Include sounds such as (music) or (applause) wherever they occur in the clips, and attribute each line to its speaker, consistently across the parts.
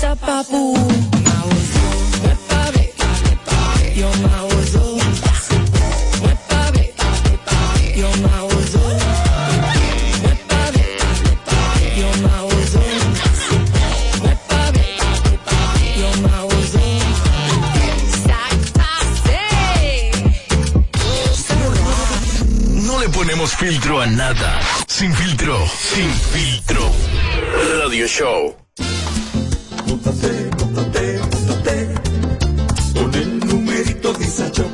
Speaker 1: tabú.
Speaker 2: No le ponemos filtro a nada. Sin filtro, sin filtro. Radio Show.
Speaker 3: Móntate, móntate, móntate. Con el numerito Visa Shop,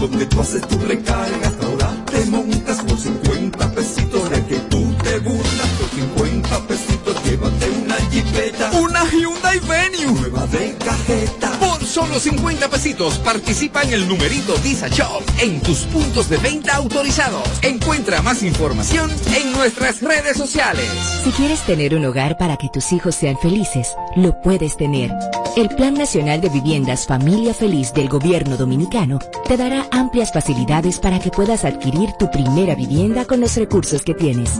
Speaker 3: donde tú haces tu recarga, ahora te montas por 50 pesitos la que tú te gustas. Por 50 pesitos llévate una jipeta,
Speaker 4: Una Hyundai Venue.
Speaker 3: nueva de cajeta.
Speaker 4: Por solo 50 pesitos participa en el numerito Visa Shop en tus puntos de venta autorizados. Encuentra más información en nuestras redes sociales.
Speaker 5: Si quieres tener un hogar para que tus hijos sean felices, lo puedes tener. El Plan Nacional de Viviendas Familia Feliz del Gobierno Dominicano te dará amplias facilidades para que puedas adquirir tu primera vivienda con los recursos que tienes.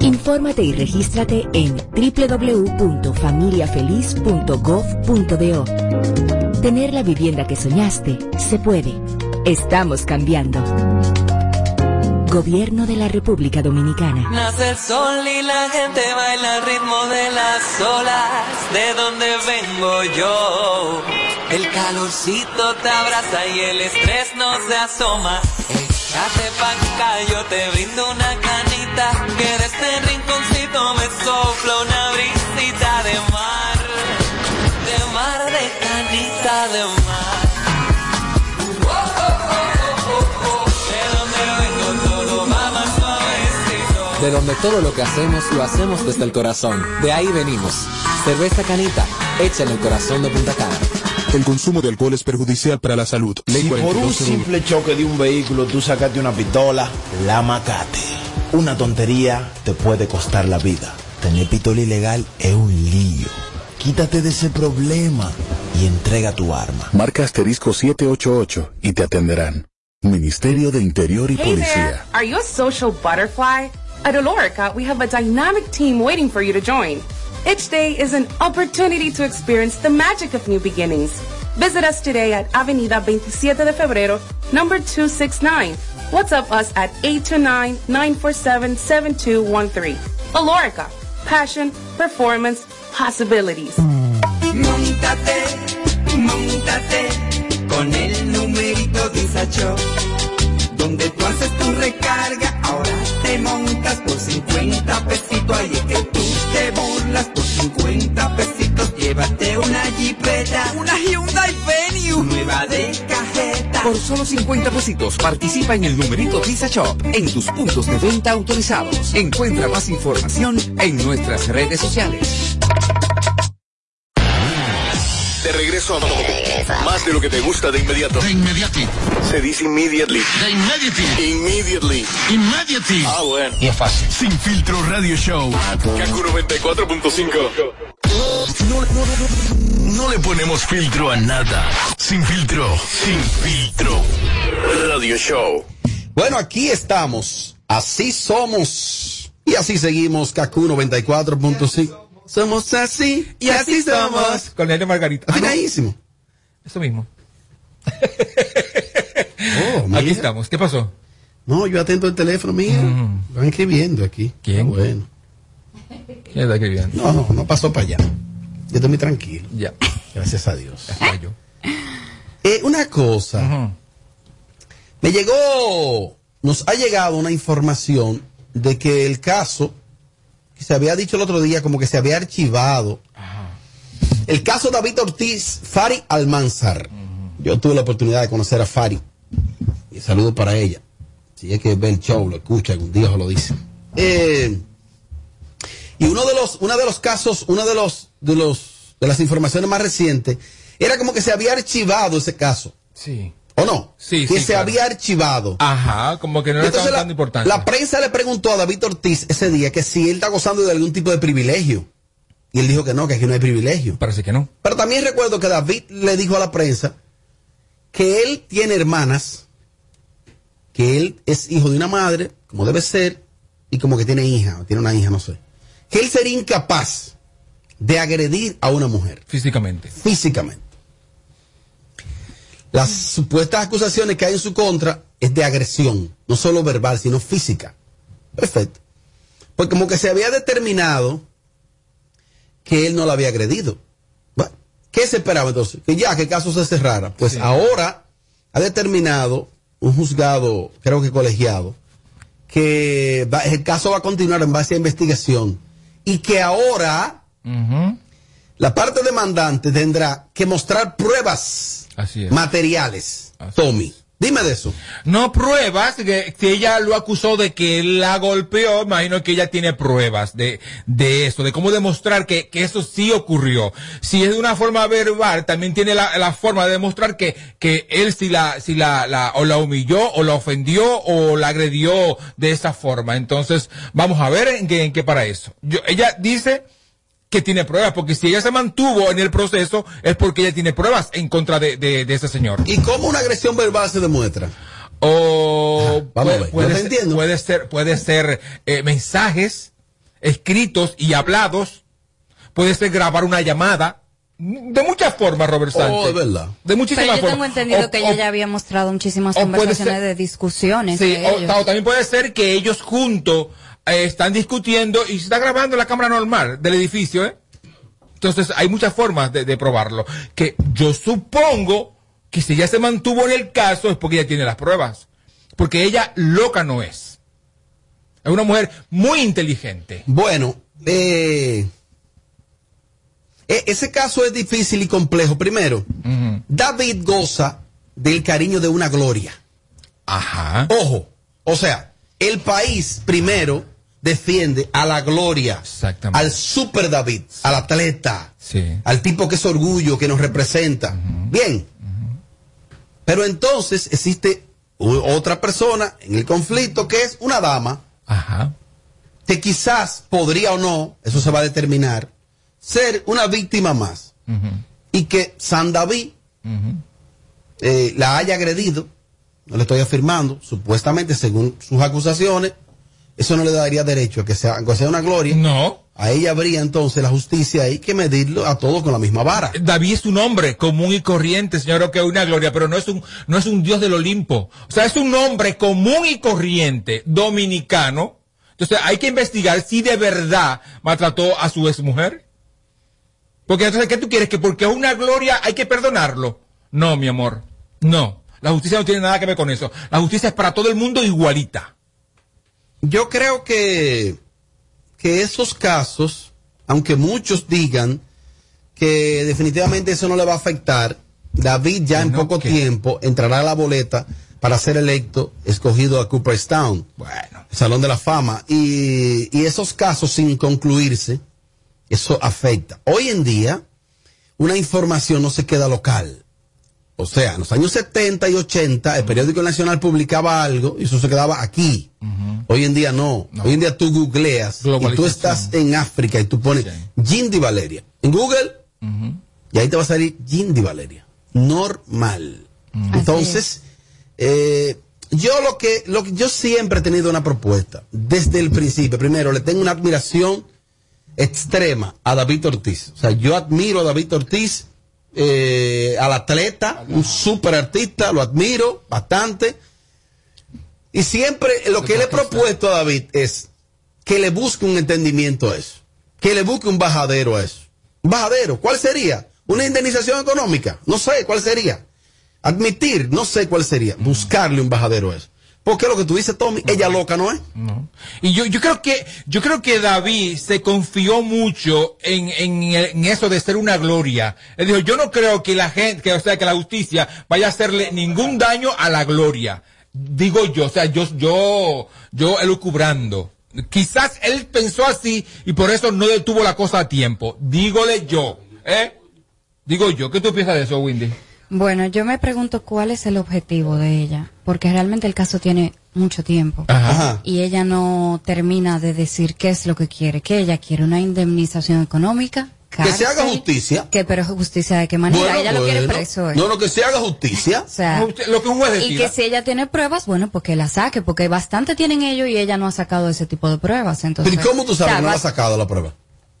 Speaker 5: Infórmate y regístrate en www.familiafeliz.gov.do. Tener la vivienda que soñaste se puede. Estamos cambiando. Gobierno de la República Dominicana.
Speaker 6: Nace el sol y la gente baila al ritmo de las olas. De donde vengo yo. El calorcito te abraza y el estrés no se asoma. Échate pa' acá, yo te brindo una canita. Que de este rinconcito me sopla una brisita de mar. De mar, de canita, de mar. De donde vengo todo va más suavecito.
Speaker 7: De donde todo lo que hacemos lo hacemos desde el corazón. De ahí venimos. Cerveza Canita, hecha en el corazón de Punta Cana.
Speaker 2: El consumo de alcohol es perjudicial para la salud. Ley
Speaker 8: Si por un
Speaker 2: 4201.
Speaker 8: simple choque de un vehículo tú sacaste una pistola, la macate. Una tontería te puede costar la vida. Tener pistola ilegal es un lío. Quítate de ese problema y entrega tu arma.
Speaker 2: Marca asterisco 788 y te atenderán. Ministerio de Interior y
Speaker 9: Hey there,
Speaker 2: Policía.
Speaker 9: are you a social butterfly? At Olorica, we have a dynamic team waiting for you to join. Each day is an opportunity to experience the magic of new beginnings. Visit us today at Avenida 27 de Febrero, number 269. WhatsApp us at 829-947-7213. Olorica, passion, performance, possibilities.
Speaker 10: Mm.
Speaker 3: Montate, montate con el numerito Visa Shop, donde tú haces tu recarga, ahora te montas por 50 pesitos, ahí es que tú te burlas por 50 pesitos, llévate una jipeta,
Speaker 4: Una Hyundai Venue.
Speaker 3: nueva de cajeta.
Speaker 4: Por solo 50 pesitos participa en el numerito Visa Shop en tus puntos de venta autorizados. Encuentra más información en nuestras redes sociales.
Speaker 2: Te regreso a más de lo que te gusta de inmediato.
Speaker 11: De inmediati.
Speaker 2: Se dice immediately.
Speaker 11: De inmediati.
Speaker 2: Immediately.
Speaker 11: Immediati.
Speaker 2: Ah, bueno.
Speaker 11: Y es fácil.
Speaker 2: Sin filtro radio show. Kaku 94.5. No, no, no, no, no le ponemos filtro a nada. Sin filtro. Sin filtro. Radio show.
Speaker 12: Bueno, aquí estamos. Así somos. Y así seguimos, Kaku 94.5. Somos así y así somos.
Speaker 13: Con Leonel Margarita.
Speaker 12: Ah, Buenísimo.
Speaker 13: Eso mismo.
Speaker 12: Oh, mira.
Speaker 13: Aquí estamos. ¿Qué pasó?
Speaker 12: No, yo atento el teléfono, mira. Van escribiendo aquí.
Speaker 13: ¿Quién?
Speaker 12: Ah, Bueno.
Speaker 13: ¿Quién está escribiendo?
Speaker 12: No, no, no pasó para allá. Yo estoy muy tranquilo.
Speaker 13: Ya.
Speaker 12: Gracias a Dios.
Speaker 13: Estaba yo.
Speaker 12: Eh, una cosa.
Speaker 13: Ujú.
Speaker 12: Me llegó, nos ha llegado una información de que el caso que se había dicho el otro día, como que se había archivado. El caso David Ortiz, Fari Almanzar. Yo tuve la oportunidad de conocer a Fari. Y saludo para ella. Si es que ve el show, lo escucha algún día o lo dice. Eh, y uno de los, uno de los casos, uno de los, de los, de las informaciones más recientes, era como que se había archivado ese caso.
Speaker 13: Sí.
Speaker 12: ¿O no?
Speaker 13: Sí,
Speaker 12: Que
Speaker 13: sí,
Speaker 12: se
Speaker 13: claro.
Speaker 12: había archivado.
Speaker 13: Ajá, como que no le
Speaker 12: Entonces,
Speaker 13: estaba
Speaker 12: la,
Speaker 13: dando importancia.
Speaker 12: la prensa le preguntó a David Ortiz ese día que si él está gozando de algún tipo de privilegio. Y él dijo que no, que aquí no hay privilegio.
Speaker 13: Parece que no.
Speaker 12: Pero también recuerdo que David le dijo a la prensa que él tiene hermanas, que él es hijo de una madre, como debe ser, y como que tiene hija, o tiene una hija, no sé. Que él sería incapaz de agredir a una mujer.
Speaker 13: Físicamente.
Speaker 12: Físicamente. Las supuestas acusaciones que hay en su contra es de agresión, no solo verbal, sino física. Perfecto. Pues como que se había determinado que él no la había agredido. Bueno, ¿Qué se esperaba entonces? Que ya, que el caso se cerrara. Pues ahora ha determinado un juzgado, creo que colegiado, que va- el caso va a continuar en base a investigación y que ahora la parte demandante tendrá que mostrar pruebas
Speaker 13: Así es.
Speaker 12: materiales. Tommy, dime de eso.
Speaker 13: No pruebas, que, que ella lo acusó de que él la golpeó, imagino que ella tiene pruebas de, de eso, de cómo demostrar que, que eso sí ocurrió. Si es de una forma verbal, también tiene la, la forma de demostrar que, que él si la, si la, la, o la humilló, o la ofendió, o la agredió de esa forma. Entonces, vamos a ver en qué, en qué para eso. Yo, ella dice, que tiene pruebas, porque si ella se mantuvo en el proceso es porque ella tiene pruebas en contra de, de, de ese señor.
Speaker 12: ¿Y cómo una agresión verbal se demuestra?
Speaker 13: O
Speaker 12: vamos a
Speaker 13: puede,
Speaker 12: ver,
Speaker 13: puede
Speaker 12: no te
Speaker 13: ser,
Speaker 12: entiendo.
Speaker 13: puede ser, puede ser, eh, mensajes escritos y hablados, puede ser grabar una llamada, de muchas formas, Robert Sánchez.
Speaker 12: Oh, es verdad.
Speaker 13: De muchísimas
Speaker 1: Pero yo tengo
Speaker 13: formas.
Speaker 1: entendido
Speaker 13: O-
Speaker 1: que
Speaker 13: o-
Speaker 1: ella ya había mostrado muchísimas
Speaker 13: o puede
Speaker 1: conversaciones
Speaker 13: ser-
Speaker 1: de discusiones.
Speaker 13: Sí,
Speaker 1: de
Speaker 13: o,
Speaker 1: ellos.
Speaker 13: o también puede ser que ellos juntos eh, están discutiendo y se está grabando la cámara normal del edificio, ¿eh? Entonces hay muchas formas de, de probarlo. Que yo supongo que si ya se mantuvo en el caso es porque ella tiene las pruebas. Porque ella loca no es. Es una mujer muy inteligente.
Speaker 12: Bueno, eh, e- ese caso es difícil y complejo. Primero, David goza del cariño de una gloria.
Speaker 13: Ajá.
Speaker 12: Ojo, o sea, el país primero defiende a la gloria,
Speaker 13: Exactamente.
Speaker 12: al super David, al atleta,
Speaker 13: Sí.
Speaker 12: al tipo que es orgullo, que nos representa. Bien. Pero entonces existe u- otra persona en el conflicto que es una dama
Speaker 13: Ajá.
Speaker 12: que quizás podría o no, eso se va a determinar, ser una víctima más. Y que San David eh, la haya agredido, no le estoy afirmando, supuestamente según sus acusaciones, eso no le daría derecho a que sea, aunque sea una gloria.
Speaker 13: No.
Speaker 12: A ella habría entonces la justicia ahí que medirlo a todos con la misma vara.
Speaker 13: David es un hombre común y corriente, señor, que una gloria, pero no es un, no es un dios del Olimpo. O sea, es un hombre común y corriente, dominicano. Entonces, hay que investigar si de verdad maltrató a su exmujer. Porque entonces, ¿qué tú quieres? Que porque es una gloria hay que perdonarlo. No, mi amor. No. La justicia no tiene nada que ver con eso. La justicia es para todo el mundo igualita.
Speaker 12: Yo creo que, que esos casos, aunque muchos digan que definitivamente eso no le va a afectar, David ya en
Speaker 13: No,
Speaker 12: poco
Speaker 13: ¿qué?
Speaker 12: tiempo entrará a la boleta para ser electo, escogido a Cooperstown,
Speaker 13: Bueno.
Speaker 12: el Salón de la Fama. Y, y esos casos sin concluirse, eso afecta. Hoy en día, una información no se queda local. O sea, en los años 70 y 80, el periódico nacional publicaba algo y eso se quedaba aquí. Hoy en día no. Hoy en día tú googleas y tú
Speaker 13: Globalización.
Speaker 12: estás en África y tú pones Gindi Valeria en Google y ahí te va a salir Gindi Valeria. Normal. Entonces, eh, yo lo que, lo que yo siempre he tenido una propuesta desde el principio. Primero, le tengo una admiración extrema a David Ortiz. O sea, yo admiro a David Ortiz, eh, al atleta, un super artista, lo admiro bastante. Y siempre lo que le he propuesto a David es que le busque un entendimiento a eso, que le busque un bajadero a eso. ¿Un bajadero? ¿Cuál sería? ¿Una indemnización económica? No sé cuál sería. Admitir, no sé cuál sería. Buscarle un bajadero a eso. Porque lo que tú dices, Tommy, ella loca no es.
Speaker 13: Y yo, yo creo que, yo creo que David se confió mucho en, en, el- en eso de ser una gloria. Él dijo, yo no creo que la gente, que, o sea, que la justicia vaya a hacerle ningún daño a la gloria. Digo yo, o sea, yo, yo, yo elucubrando. Quizás él pensó así y por eso no detuvo la cosa a tiempo. Dígole yo, ¿eh? Digo yo, ¿qué tú piensas de eso, Windy?
Speaker 1: Bueno, yo me pregunto cuál es el objetivo de ella, porque realmente el caso tiene mucho tiempo.
Speaker 12: Ajá.
Speaker 1: Y ella no termina de decir qué es lo que quiere, que ella quiere una indemnización económica.
Speaker 12: Que se haga
Speaker 1: cárcel,
Speaker 12: justicia.
Speaker 1: Que, pero justicia de qué manera.
Speaker 12: Bueno,
Speaker 1: ella lo quiere
Speaker 12: bueno.
Speaker 1: preso. ¿eh?
Speaker 12: No, no, que se haga justicia.
Speaker 1: O sea,
Speaker 13: Lo que un juez
Speaker 1: y que
Speaker 13: decida.
Speaker 1: si ella tiene pruebas, bueno, pues que la saque, porque bastante tienen ellos y ella no ha sacado ese tipo de pruebas. Entonces,
Speaker 12: Pero ¿y cómo tú sabes
Speaker 1: o sea,
Speaker 12: que no
Speaker 1: va-
Speaker 12: la ha sacado la prueba?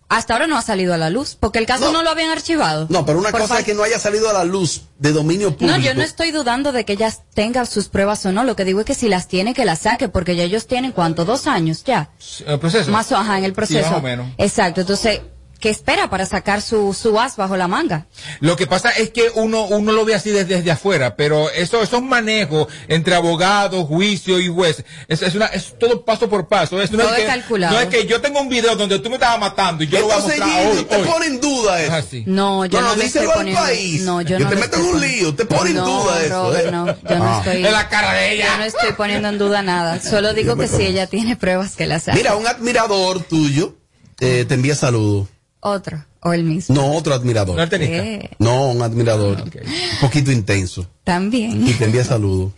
Speaker 1: Hasta ahora no ha salido a la luz, porque el caso no, lo habían archivado.
Speaker 12: No, pero una
Speaker 1: Por
Speaker 12: cosa
Speaker 1: fal-
Speaker 12: es que no haya salido a la luz de dominio público.
Speaker 1: No, yo no estoy dudando de que ella tenga sus pruebas o no. Lo que digo es que si las tiene, que las saque, porque ya ellos tienen, ¿cuánto? Dos años ya.
Speaker 13: El proceso.
Speaker 1: Más o ajá, en el
Speaker 13: Sí,
Speaker 1: proceso.
Speaker 13: más o menos.
Speaker 1: Exacto. Entonces, ¿qué espera para sacar su, su as bajo la manga?
Speaker 13: Lo que pasa es que uno, uno lo ve así desde, desde afuera, pero eso, esos manejos entre abogados, juicio y juez, es, es una, es todo paso por paso. Es, no
Speaker 1: Todo
Speaker 13: es
Speaker 1: es
Speaker 13: que,
Speaker 1: calculado.
Speaker 13: No es que yo tengo un video donde tú me estabas matando y yo
Speaker 12: Entonces,
Speaker 13: lo voy a mostrar
Speaker 12: Gildo,
Speaker 13: hoy.
Speaker 12: te
Speaker 13: hoy.
Speaker 12: pone en duda eso.
Speaker 13: Es así.
Speaker 1: No, yo
Speaker 12: No,
Speaker 1: no,
Speaker 12: no,
Speaker 1: le estoy
Speaker 12: díselo al
Speaker 1: poniendo.
Speaker 12: país,
Speaker 1: No, yo
Speaker 12: que
Speaker 1: no
Speaker 12: te
Speaker 1: le
Speaker 12: metan
Speaker 1: estoy
Speaker 12: un
Speaker 1: poniendo-
Speaker 12: lío, te ponen en
Speaker 1: No,
Speaker 12: duda eso,
Speaker 1: Robert,
Speaker 12: ¿eh?
Speaker 1: No, yo no
Speaker 12: Ah.
Speaker 1: estoy.
Speaker 12: En la cara de ella.
Speaker 1: Yo no estoy poniendo en
Speaker 12: (laughs)
Speaker 1: duda nada. Solo digo que si ella tiene pruebas que las saque.
Speaker 12: Mira, un admirador tuyo eh, te envía saludos.
Speaker 1: Otro, o el mismo.
Speaker 12: No, Ah, otro admirador.
Speaker 1: Eh,
Speaker 12: No, un admirador. Un poquito intenso.
Speaker 1: también.
Speaker 12: Y te envía saludos.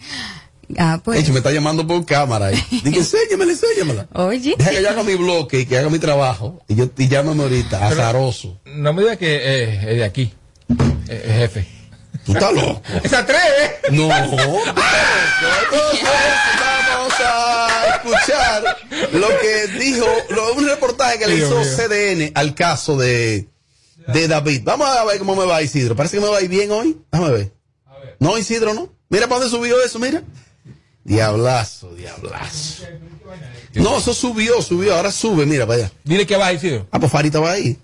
Speaker 1: Ah, pues.
Speaker 12: De hecho, me está llamando por cámara. ahí. Digo, enséñamela, enséñamela.
Speaker 1: (laughs) Oye.
Speaker 12: Deja que yo haga mi bloque y que haga mi trabajo. Y, yo, y llámame ahorita, azaroso.
Speaker 13: No me digas que eh, es de aquí, eh, eh, jefe.
Speaker 12: Tú estás loco.
Speaker 13: (laughs) Se atreve.
Speaker 12: No. Entonces, vamos a escuchar lo que dijo, lo- un reportaje que le
Speaker 13: Dios
Speaker 12: hizo
Speaker 13: mío.
Speaker 12: CDN al caso de, de David. Vamos a ver cómo me va Isidro. Parece que me va a ir bien hoy. Déjame ver. No, Isidro, no. Mira para dónde subió eso, mira. Diablazo, diablazo. No, eso subió, subió. Ahora sube, mira para allá.
Speaker 13: (laughs) Dile que va, Isidro.
Speaker 12: Ah, pues Farita va ahí.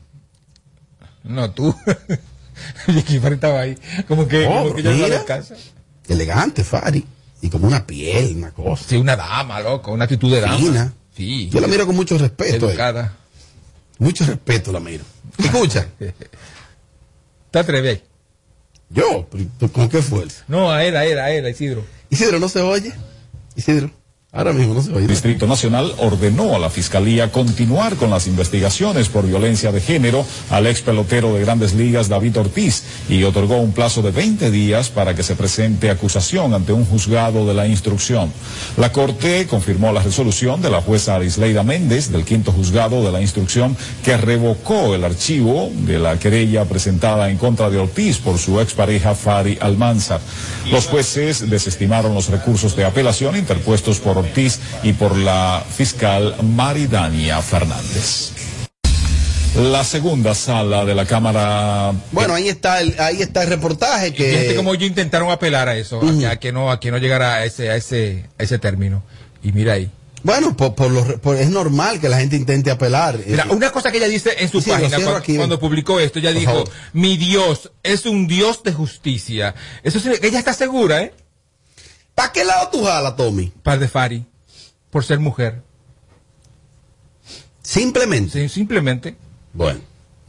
Speaker 13: No, tú. (laughs) Vicky Fari estaba ahí. Como que,
Speaker 12: Oh,
Speaker 13: como que yo no
Speaker 12: mira.
Speaker 13: la descanso.
Speaker 12: Elegante, Fari. Y como una piel, una cosa.
Speaker 13: Sí, una dama, loco. Una actitud de dama.
Speaker 12: Fina.
Speaker 13: Sí.
Speaker 12: Yo la miro con mucho respeto. eh.
Speaker 13: Educada.
Speaker 12: Mucho respeto la miro. Escucha.
Speaker 13: ¿Te atreves ahí?
Speaker 12: Yo, pero ¿con qué fuerza?
Speaker 13: No, a él, a él, a él, a Isidro.
Speaker 12: Isidro, ¿no se oye? Isidro, ahora mismo no se oye.
Speaker 11: El Distrito Nacional ordenó a la Fiscalía continuar con las investigaciones por violencia de género al ex pelotero de Grandes Ligas David Ortiz y otorgó un plazo de 20 días para que se presente acusación ante un juzgado de la instrucción. La Corte confirmó la resolución de la jueza Arisleida Méndez del quinto juzgado de la instrucción que revocó el archivo de la querella presentada en contra de Ortiz por su expareja Fari Almanzar. Los jueces desestimaron los recursos de apelación interpuestos por Ortiz y por la fiscal Maridania Fernández. La segunda sala de la Cámara
Speaker 12: Bueno, ahí está el, ahí está el reportaje
Speaker 13: Y gente
Speaker 12: que
Speaker 13: como yo intentaron apelar a eso, a que- a, que no, a que no llegara a ese, a ese, a ese término. Y mira ahí.
Speaker 12: bueno, por, por los re- por- es normal que la gente intente apelar. Eh,
Speaker 13: Mira, una cosa que ella dice en su
Speaker 12: Sí, lo
Speaker 13: página
Speaker 12: cierro
Speaker 13: cuando,
Speaker 12: aquí.
Speaker 13: cuando publicó esto, ella
Speaker 12: Por
Speaker 13: dijo,
Speaker 12: favor.
Speaker 13: mi Dios es un Dios de justicia. Eso sí, ella está segura, ¿eh?
Speaker 12: ¿Para qué lado tú jalas, Tommy?
Speaker 13: Par de Fari, por ser mujer.
Speaker 12: Simplemente.
Speaker 13: Sí, simplemente.
Speaker 12: Bueno,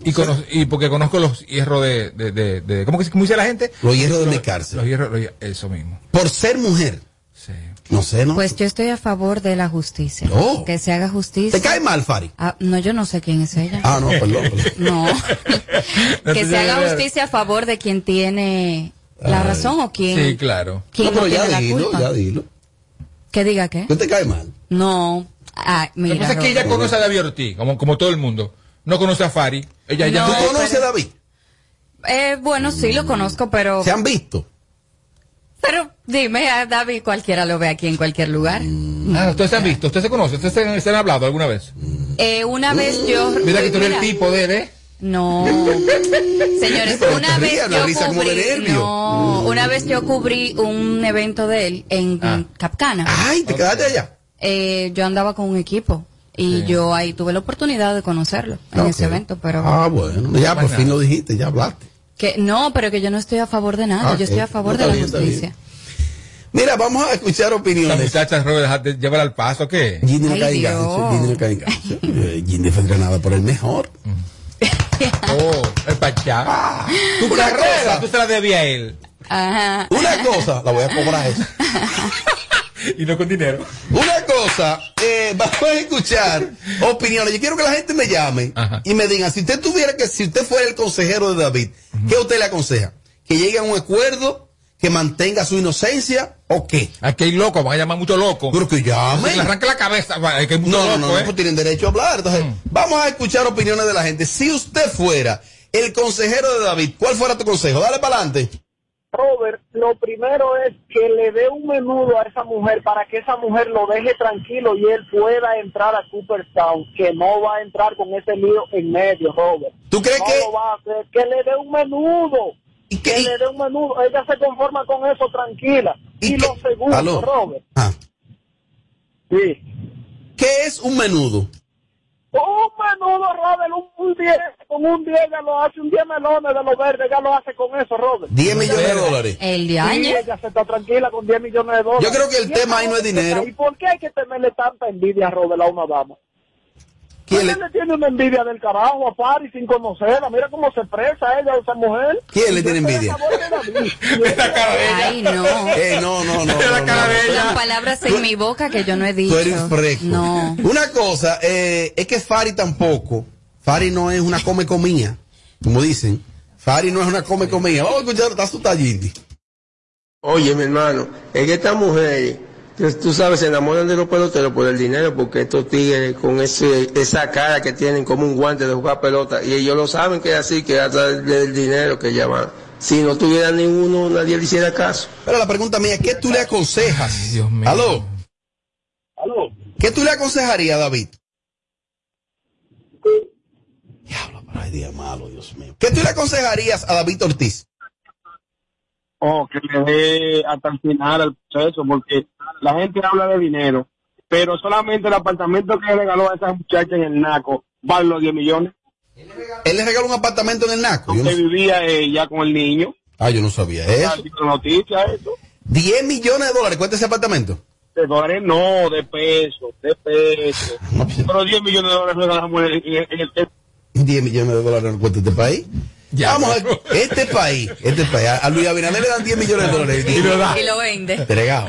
Speaker 13: Y, cono- y porque conozco los hierros de, de, de, de- ¿cómo, que- cómo dice la gente?
Speaker 12: Los hierros de mi cárcel.
Speaker 13: Los hierros, los hier- eso mismo.
Speaker 12: por ser mujer.
Speaker 13: uh. Sí.
Speaker 12: No sé, ¿no?
Speaker 1: Pues yo estoy a favor de la justicia.
Speaker 12: No.
Speaker 1: Que se haga justicia.
Speaker 12: ¿Te cae mal, Fari?
Speaker 1: Ah, no, yo no sé quién es ella.
Speaker 12: Ah, no, perdón.
Speaker 13: (laughs)
Speaker 12: perdón. (laughs)
Speaker 1: No.
Speaker 13: pues
Speaker 1: (laughs)
Speaker 13: No
Speaker 1: que
Speaker 13: te
Speaker 1: se haga
Speaker 13: sabes.
Speaker 1: justicia a favor de quien tiene la
Speaker 12: Ay.
Speaker 1: razón o quien,
Speaker 13: Sí, claro.
Speaker 1: quien
Speaker 12: No,
Speaker 1: no,
Speaker 12: pero ya
Speaker 1: tiene la
Speaker 12: dilo,
Speaker 1: culpa.
Speaker 12: ya dilo.
Speaker 1: Que diga qué.
Speaker 12: ¿Eh? ¿No te cae mal?
Speaker 1: No. Ah,
Speaker 13: Lo que
Speaker 1: mira.
Speaker 13: pasa es que ella
Speaker 1: Robert.
Speaker 13: conoce a David Ortiz, como, como todo el mundo. No conoce a Fari. Ella, ella
Speaker 12: ¿Tú
Speaker 1: No,
Speaker 12: conoces
Speaker 1: pero-
Speaker 12: a David?
Speaker 1: Eh, bueno, sí lo conozco, pero.
Speaker 12: ¿Se han visto?
Speaker 1: Pero dime, a David cualquiera lo ve aquí en cualquier lugar.
Speaker 13: Ah, ustedes se han visto, ustedes se conocen, ustedes se, se han hablado alguna vez.
Speaker 1: Eh, una vez yo.
Speaker 13: Mira que tú eres
Speaker 1: Mira.
Speaker 13: el tipo de él, ¿eh?
Speaker 1: No, señores,
Speaker 12: Pero
Speaker 1: una
Speaker 12: te
Speaker 1: vez
Speaker 12: rías, la
Speaker 1: yo
Speaker 12: risa como de
Speaker 1: cubrí,
Speaker 12: nervio.
Speaker 1: no, una vez yo cubrí un evento de él en
Speaker 13: Ah.
Speaker 1: Capcana.
Speaker 12: Ay, te quedaste allá.
Speaker 1: Eh, yo andaba con un equipo y yo ahí tuve la oportunidad de conocerlo en
Speaker 12: Ah,
Speaker 1: ese
Speaker 12: ok.
Speaker 1: evento, pero
Speaker 12: Ah, bueno. Ya por
Speaker 13: Bueno.
Speaker 12: fin lo dijiste, ya hablaste.
Speaker 1: que no, pero que yo no estoy a favor de nada,
Speaker 12: Ah,
Speaker 1: yo estoy
Speaker 12: ok.
Speaker 1: a favor
Speaker 12: Está
Speaker 1: de
Speaker 12: bien,
Speaker 1: la
Speaker 12: está bien.
Speaker 1: justicia.
Speaker 12: Mira, vamos a escuchar
Speaker 13: Las
Speaker 12: opiniones.
Speaker 13: muchachas, Robert, dejate- llévala al paso, ¿qué?
Speaker 12: Ginny no
Speaker 1: Ay,
Speaker 12: cae en
Speaker 1: Dios.
Speaker 12: gancho, Ginny no
Speaker 1: (laughs)
Speaker 12: cae en gancho. Eh, Ginny fue entrenada por el mejor. Ah.
Speaker 13: Oh, el pachá. Tu
Speaker 12: Una
Speaker 13: carrera,
Speaker 12: cosa.
Speaker 13: tú se la debías a él.
Speaker 1: Ajá.
Speaker 12: Una cosa, la voy a cobrar eso.
Speaker 13: (laughs) Y no con dinero.
Speaker 12: Una cosa, eh, vamos a escuchar opiniones. Yo quiero que la gente me llame
Speaker 13: Ajá.
Speaker 12: y me diga, si usted tuviera que, si usted fuera el consejero de David, ¿qué usted le aconseja? ¿Que llegue a un acuerdo? ¿Que mantenga su inocencia? ¿O qué?
Speaker 13: Aquí hay locos, van a llamar mucho loco.
Speaker 12: Pero que llame.
Speaker 13: Se le arranca la cabeza, va, es que hay mucho
Speaker 12: No, no,
Speaker 13: loco,
Speaker 12: no,
Speaker 13: ¿eh? Mm.
Speaker 12: no, pues tienen derecho a hablar. Entonces, vamos a escuchar opiniones de la gente. Si usted fuera el consejero de David, ¿cuál fuera tu consejo? Dale para adelante.
Speaker 14: Robert, lo primero es que le dé un menudo a esa mujer para que esa mujer lo deje tranquilo y él pueda entrar a Cooperstown, que no va a entrar con ese lío en medio, Robert.
Speaker 12: ¿Tú crees
Speaker 14: no
Speaker 12: que-
Speaker 14: Lo va a hacer. Que le dé un menudo.
Speaker 12: que
Speaker 14: le dé un menudo. Ella se conforma con eso tranquila. Y, lo segundo,
Speaker 12: Aló.
Speaker 14: Robert.
Speaker 12: Ah.
Speaker 14: ¿Qué
Speaker 12: es un menudo?
Speaker 14: Un menudo, Robert, un, un 10, con un 10 ya lo hace, un 10 melones de los verdes ya lo hace con eso, Robert.
Speaker 12: 10 millones de dólares.
Speaker 1: El
Speaker 14: Sí,
Speaker 1: de año.
Speaker 14: ella se está tranquila con 10 millones de dólares.
Speaker 12: Yo creo que el
Speaker 14: Y
Speaker 12: tema
Speaker 14: esa
Speaker 12: ahí no es
Speaker 14: gente está
Speaker 12: dinero.
Speaker 14: ahí. por qué hay que tenerle tanta envidia a Robert a una dama? ¿Quién le... tiene una envidia del carajo a Pari sin conocerla? Mira cómo se presa ella, esa mujer.
Speaker 12: ¿Quién le
Speaker 14: (laughs)
Speaker 12: tiene envidia?
Speaker 1: Ay, no.
Speaker 12: Eh, no, no, no. no, no.
Speaker 1: Son palabras en mi boca que yo no he dicho.
Speaker 12: Tú eres fresco.
Speaker 1: No.
Speaker 12: Una cosa, eh, es que Fari tampoco, Fari no es una come comía, como dicen. Fari no es una come comía. Vamos a escuchar a su tallindi.
Speaker 15: Oye, mi hermano, es que estas mujeres, tú, tú sabes, se enamoran de los peloteros por el dinero, porque estos tigres con ese, esa cara que tienen como un guante de jugar pelota, y ellos lo saben que es así, que hasta del dinero que llaman. Si no tuviera ninguno, nadie le hiciera caso.
Speaker 12: Pero la pregunta mía, ¿qué tú le aconsejas? Dios mío. ¿Aló?
Speaker 14: ¿Aló?
Speaker 12: ¿Qué tú le aconsejarías, David? Diablo, pero hay día malo, Dios mío. ¿Qué tú le aconsejarías a David Ortiz?
Speaker 10: o Oh, que le dé hasta el final al proceso, porque la gente habla de dinero, pero solamente el apartamento que regaló a esa muchacha en el Naco vale los 10 millones.
Speaker 12: Él le regaló un apartamento en el Naco.
Speaker 10: Donde vivía ella con el niño.
Speaker 12: Ah, yo no sabía eso.
Speaker 10: noticia eso?
Speaker 12: 10 millones de dólares, cuesta ese apartamento.
Speaker 10: De dólares no, de pesos, de
Speaker 12: (laughs)
Speaker 10: pesos. pero 10 millones de dólares regalamos en el, en el- en el-
Speaker 12: 10 millones de dólares no cuesta este país. Vamos a este país, este país. A a Luis Abinader le dan 10 millones de dólares.
Speaker 1: Y lo vende.
Speaker 12: Entregado.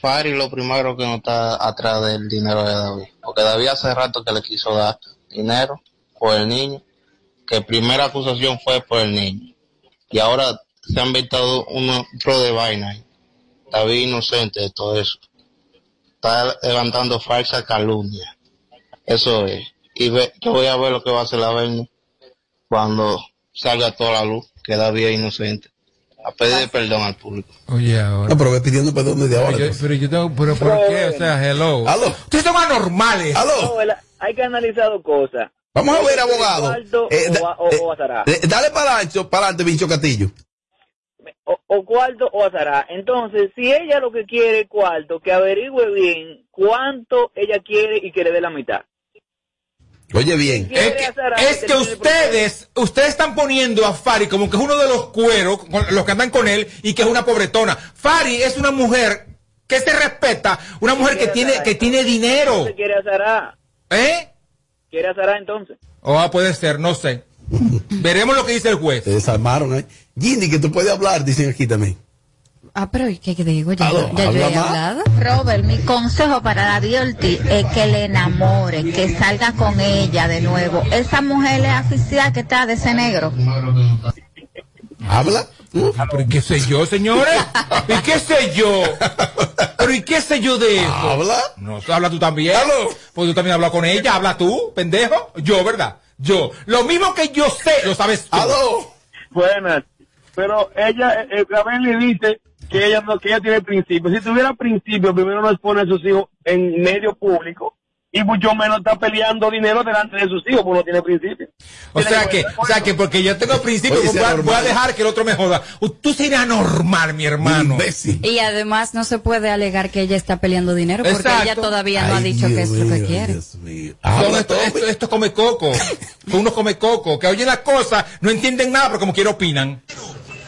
Speaker 16: Fari lo primero que no está atrás del dinero de David, porque David hace rato que le quiso dar dinero por el niño, que primera acusación fue por el niño, y ahora se han inventado un otro de vaina. ahí. David inocente de todo eso, está levantando falsa calumnia, eso es, y ve- yo voy a ver lo que va a hacer la vaina cuando salga toda la luz, que David es inocente, a pedir perdón al público.
Speaker 13: Oye, ah. ahora.
Speaker 12: No, pero ve pidiendo perdón desde ahora.
Speaker 13: Pero yo, pero yo tengo, pero ¿por qué? O sea, hello.
Speaker 12: Aló.
Speaker 13: Ustedes son anormales.
Speaker 12: Aló.
Speaker 17: Hay que analizar dos cosas.
Speaker 12: Vamos a ver,
Speaker 17: Cuarto
Speaker 12: abogado. Eh,
Speaker 17: o
Speaker 12: da-
Speaker 17: a- o,
Speaker 12: eh,
Speaker 17: o azará.
Speaker 12: eh, dale para adelante, para adelante, Vincho Castillo.
Speaker 17: O, o cuarto o azará. Entonces, si ella lo que quiere es cuarto, que averigüe bien cuánto ella quiere y que le dé la mitad.
Speaker 12: Oye bien.
Speaker 13: Es que, es que ustedes, ustedes están poniendo a Fari como que es uno de los cueros, con- los que andan con él, y que es una pobretona. Fari es una mujer que se respeta, una mujer que tiene, que tiene dinero.
Speaker 17: Entonces, quiere azará.
Speaker 13: ¿Eh?
Speaker 17: Quiere azará entonces.
Speaker 13: O ah, puede ser, no
Speaker 12: (laughs)
Speaker 13: sé. Veremos lo que dice el juez.
Speaker 12: Se desarmaron, ¿eh? Ginny, que tú puedes hablar, dicen aquí también.
Speaker 1: Ah, pero ¿y qué digo? Ya,
Speaker 12: Aló,
Speaker 1: ya yo he
Speaker 12: habla más.
Speaker 1: hablado.
Speaker 18: Robert, mi consejo para David Ortiz es que le enamore, que salga con ella de nuevo. Esa mujer es asfixiada que está de ese negro.
Speaker 12: ¿Habla?
Speaker 13: Ah, pero ¿y qué sé yo, señores? ¿Y qué sé yo? ¿Pero y qué sé yo de eso?
Speaker 12: ¿Habla?
Speaker 13: No, habla tú también. Pues tú también hablas con ella, habla tú, pendejo. Yo, ¿verdad? Yo. Lo mismo que yo sé, lo sabes tú.
Speaker 10: Buenas. Pero ella, eh, eh, Gabel le dice que ella no, que ella tiene principios. Si tuviera principios, primero no expone a sus hijos en medio público y mucho menos está peleando dinero delante de sus hijos, porque no tiene principios.
Speaker 13: O sea que, o sea que porque yo tengo principios,
Speaker 10: Oye,
Speaker 13: voy,
Speaker 10: sea
Speaker 13: a- voy a
Speaker 10: normal.
Speaker 13: dejar que el otro me joda. U- Tú serás anormal, mi hermano.
Speaker 1: Y además no se puede alegar que ella está peleando dinero porque
Speaker 13: Exacto.
Speaker 1: ella todavía no ha dicho que es lo que quiere.
Speaker 12: Ah,
Speaker 13: Son estos esto, esto come coco. Son unos come coco. Que oyen las cosas, no entienden nada, pero como quiera opinan.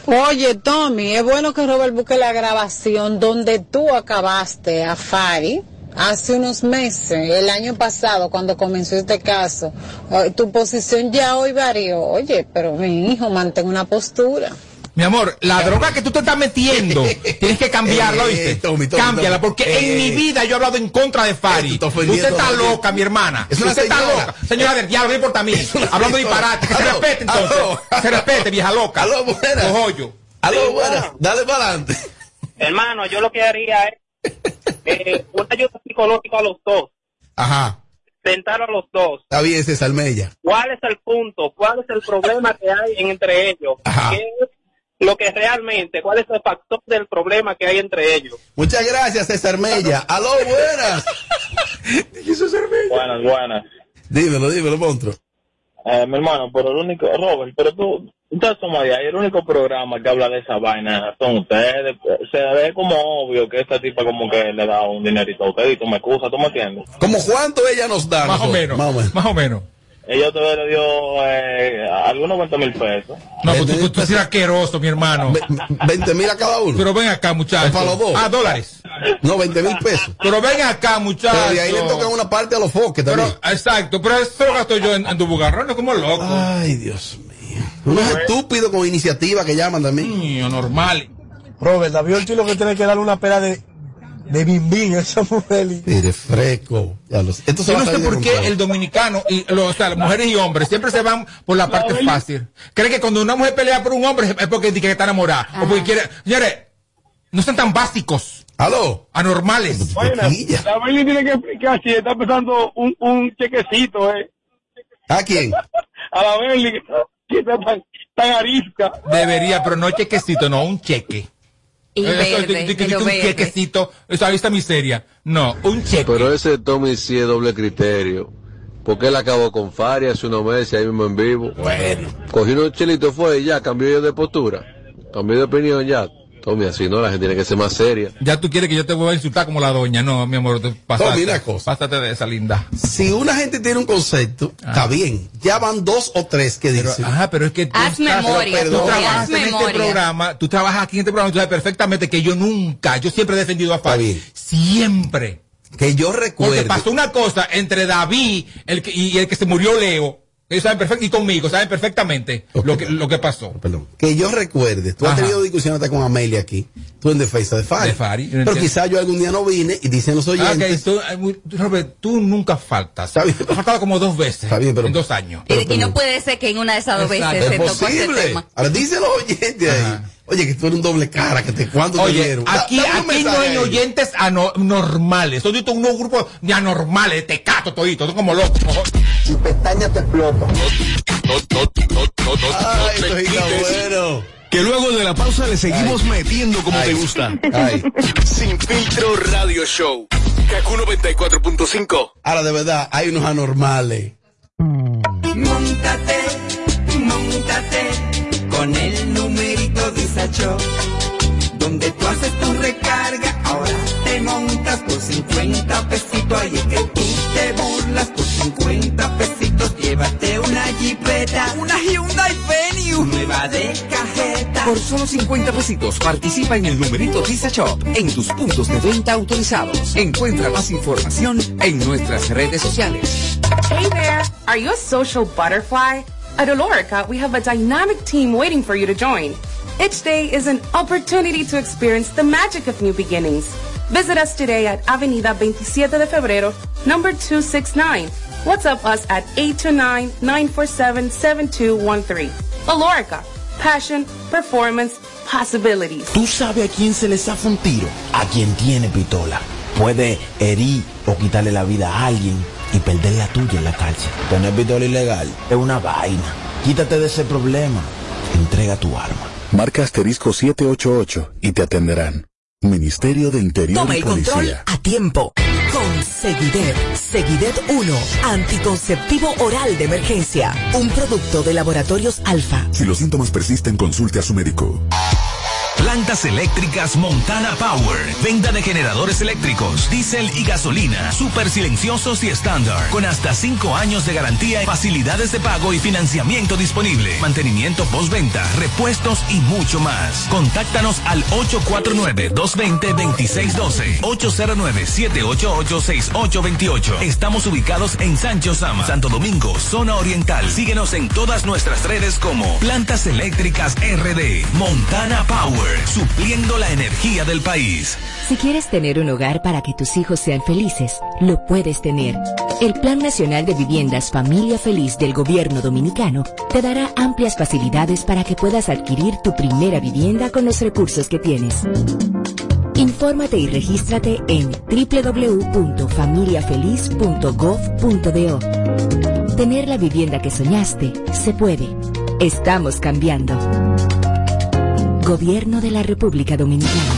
Speaker 19: Oye, Tommy, es bueno que Robert busque la grabación donde tú acabaste a Fari hace unos meses, el año pasado, cuando comenzó este caso. Eh, Tu posición ya hoy varió. Oye, pero mi hijo, mantén una postura.
Speaker 13: Mi amor, la droga que tú te estás
Speaker 12: (laughs)
Speaker 13: metiendo, tienes que cambiarla,
Speaker 12: Eh,
Speaker 13: ¿oíste?
Speaker 12: Tommy, Tommy,
Speaker 13: Cámbiala,
Speaker 12: Tommy.
Speaker 13: porque
Speaker 12: Eh,
Speaker 13: en mi vida yo he hablado en contra de Fari. Usted está
Speaker 12: David.
Speaker 13: loca, mi hermana.
Speaker 12: Es una
Speaker 13: Usted está
Speaker 12: señora.
Speaker 13: loca. Señora del diablo, ven por mí. Hablando
Speaker 12: señora.
Speaker 13: disparate. Que se
Speaker 12: Aló,
Speaker 13: respete, entonces.
Speaker 12: aló,
Speaker 13: Se respete, vieja loca.
Speaker 12: Aló, buenas.
Speaker 13: Cojollo.
Speaker 12: Aló, buenas. Dale para adelante.
Speaker 20: Hermano, yo lo que haría es eh, una ayuda psicológica a los dos,
Speaker 12: Ajá.
Speaker 20: sentar a los dos.
Speaker 12: Está bien, César Mella.
Speaker 20: ¿Cuál es el punto? ¿Cuál es el problema que hay en- entre ellos? ¿Qué es lo que realmente, cuál es el factor del problema que hay entre ellos.
Speaker 12: Muchas gracias, César Mella. Aló, buenas.
Speaker 21: Buenas, buenas.
Speaker 12: Dímelo, dímelo, Montro.
Speaker 21: Eh, mi hermano, pero el único, Robert, pero tú, ustedes son de ahí, el único programa que habla de esa vaina son ustedes. Se ve como obvio que esta tipa como que le da un dinerito a usted y tú me excusas, ¿tú me entiendes?
Speaker 12: ¿Cómo cuánto ella nos da?
Speaker 13: Más o menos. Más o menos.
Speaker 21: Ella todavía le dio eh, algunos 20 mil pesos.
Speaker 13: No, pues tú, tú, tú eres asqueroso, mi hermano.
Speaker 12: 20 mil a cada uno.
Speaker 13: Pero ven acá, muchachos.
Speaker 12: para los dos.
Speaker 13: Ah, dólares.
Speaker 12: No, 20 mil pesos.
Speaker 13: Pero ven acá, muchachos.
Speaker 12: Pero de ahí le tocan una parte a los foques también.
Speaker 13: Pero, exacto, pero eso lo gasto yo en, en tu bugarrón, no como loco.
Speaker 12: Ay, Dios mío. Unos
Speaker 22: Pues,
Speaker 12: estúpidos con iniciativa que llaman también.
Speaker 13: Niño, normal.
Speaker 22: Robert, David Ortiz lo que tiene que darle una pera de, de bimbín a esa mujer. y-
Speaker 12: Mire, fresco. Ya lo sé. Esto se
Speaker 13: Yo
Speaker 12: va
Speaker 13: no
Speaker 12: a
Speaker 13: sé
Speaker 12: salir
Speaker 13: por qué
Speaker 12: derrumbado.
Speaker 13: el dominicano, y lo- o sea, las mujeres y hombres, siempre se van por la parte fácil. Cree que cuando una mujer pelea por un hombre es porque dice que está enamorada. O porque quiere. Señores, no sean tan básicos.
Speaker 12: ¿Aló? Pues,
Speaker 13: Anormales.
Speaker 10: Buenas. La Bailey tiene que explicar si está empezando un, un chequecito, ¿eh?
Speaker 12: ¿A quién?
Speaker 10: (laughs) A la Bailey, que está- que está tan, tan arisca.
Speaker 13: Debería, pero no chequecito, no, un cheque.
Speaker 23: Y verde,
Speaker 13: di- di- di-
Speaker 23: pero
Speaker 13: un
Speaker 23: verde.
Speaker 13: chequecito, esa vista miseria. No, un cheque.
Speaker 24: Pero ese Tommy sí es doble criterio. Porque él acabó con Faria hace unos meses ahí mismo en vivo.
Speaker 12: Bueno.
Speaker 24: Cogió unos chelitos fue y ya, cambió yo de postura. Cambió de opinión ya. Tommy, así no, la gente tiene que ser más seria.
Speaker 13: Ya tú quieres que yo te vuelva a insultar como la doña. No, mi amor, te pasaste,
Speaker 24: mira
Speaker 13: pásate de esa linda.
Speaker 12: Si una gente tiene un concepto, está bien. Ya van dos o tres que dicen.
Speaker 13: ajá, pero es que tú
Speaker 12: Haz
Speaker 13: estás-
Speaker 12: memoria,
Speaker 13: Pero Tú
Speaker 12: Tony,
Speaker 13: trabajas
Speaker 12: haz
Speaker 13: en este
Speaker 12: memoria.
Speaker 13: programa, tú trabajas aquí en este programa, tú sabes perfectamente que yo nunca, yo siempre he defendido a Fabi. Siempre.
Speaker 12: Que yo recuerdo.
Speaker 13: Porque pasó una cosa entre David el que- y el que se murió Leo. Ellos saben perfecto y conmigo, saben perfectamente lo, que, lo que pasó.
Speaker 12: Que yo recuerde, tú has tenido discusión hasta con Amelia aquí, tú en defensa de Fari.
Speaker 13: yo no
Speaker 12: Pero
Speaker 13: entiendo.
Speaker 12: quizás yo algún día no vine y dicen los
Speaker 13: Ah,
Speaker 12: oyentes.
Speaker 13: ok, tú, ay, muy- tú, Robert, tú nunca faltas. Has faltado como dos veces. en dos años.
Speaker 23: Y, y no puede ser que en una de esas dos
Speaker 13: Exacto.
Speaker 23: veces
Speaker 13: Es
Speaker 23: se tocó este
Speaker 12: posible.
Speaker 23: tema.
Speaker 12: Ahora dicen los oyentes ahí. Oye, que tú eres un doble cara, que te cuando te
Speaker 13: Oye,
Speaker 12: vieron. Da-
Speaker 13: aquí,
Speaker 12: dame un
Speaker 13: aquí no
Speaker 12: mensaje
Speaker 13: hay
Speaker 12: ahí.
Speaker 13: oyentes ano- normales. Son todos unos grupos de anormales, te cato todito, son como locos. Si pestañas te exploto.
Speaker 2: Ay,
Speaker 13: esto está
Speaker 2: bueno. Que luego de la pausa le seguimos metiendo como te gusta. Sin filtro radio show. Kaku 94.5.
Speaker 12: Ahora, de verdad, hay unos anormales.
Speaker 3: Montate, montate
Speaker 21: con el numerito
Speaker 3: Disacho. Donde tú haces tu recarga, ahora te montas por 50 pesitos. Ahí es que tú te burlas por 50 pesitos. Llévate una jipeta, una Hyundai Venue, nueva de cajeta.
Speaker 4: Por solo 50 pesitos participa en el numerito Visa Shop en tus puntos de venta autorizados. Encuentra más información en nuestras redes sociales.
Speaker 9: Hey there! Are you a social butterfly? At Olorica, we have a dynamic team waiting for you to join. Each day is an opportunity to experience the magic of new beginnings. Visit us today at Avenida 27 de Febrero, number 269. WhatsApp us at 829-947-7213. Olorica, passion, performance, possibilities.
Speaker 8: Tú sabes a quién se le zafa un tiro, a quien tiene pistola. Puede herir o quitarle la vida a alguien y perder la tuya en la cárcel. Tener pistola ilegal es una vaina. Quítate de ese problema. Entrega tu arma.
Speaker 25: Marca asterisco 788 y te atenderán. Ministerio de Interior
Speaker 26: Toma
Speaker 25: y
Speaker 26: el control
Speaker 25: Policía.
Speaker 26: a tiempo. Con Seguidet. Seguidet 1. Anticonceptivo oral de emergencia. Un producto de laboratorios alfa.
Speaker 25: Si los síntomas persisten, consulte a su médico.
Speaker 2: Plantas eléctricas Montana Power. Venta de generadores eléctricos, diésel y gasolina. Súper silenciosos y estándar. Con hasta 5 años de garantía, facilidades de pago y financiamiento disponible. Mantenimiento postventa, repuestos y mucho más. Contáctanos al 849-220-2612. 809-788-6828. Estamos ubicados en Sancho Sama, Santo Domingo, zona oriental. Síguenos en todas nuestras redes como Plantas Eléctricas RD, Montana Power, supliendo la energía del país.
Speaker 5: Si quieres tener un hogar para que tus hijos sean felices, lo puedes tener. El Plan Nacional de Viviendas Familia Feliz del Gobierno Dominicano te dará amplias facilidades para que puedas adquirir tu primera vivienda con los recursos que tienes. Infórmate y regístrate en www.familiafeliz.gov.do. Tener la vivienda que soñaste se puede. Estamos cambiando. Gobierno de la República Dominicana.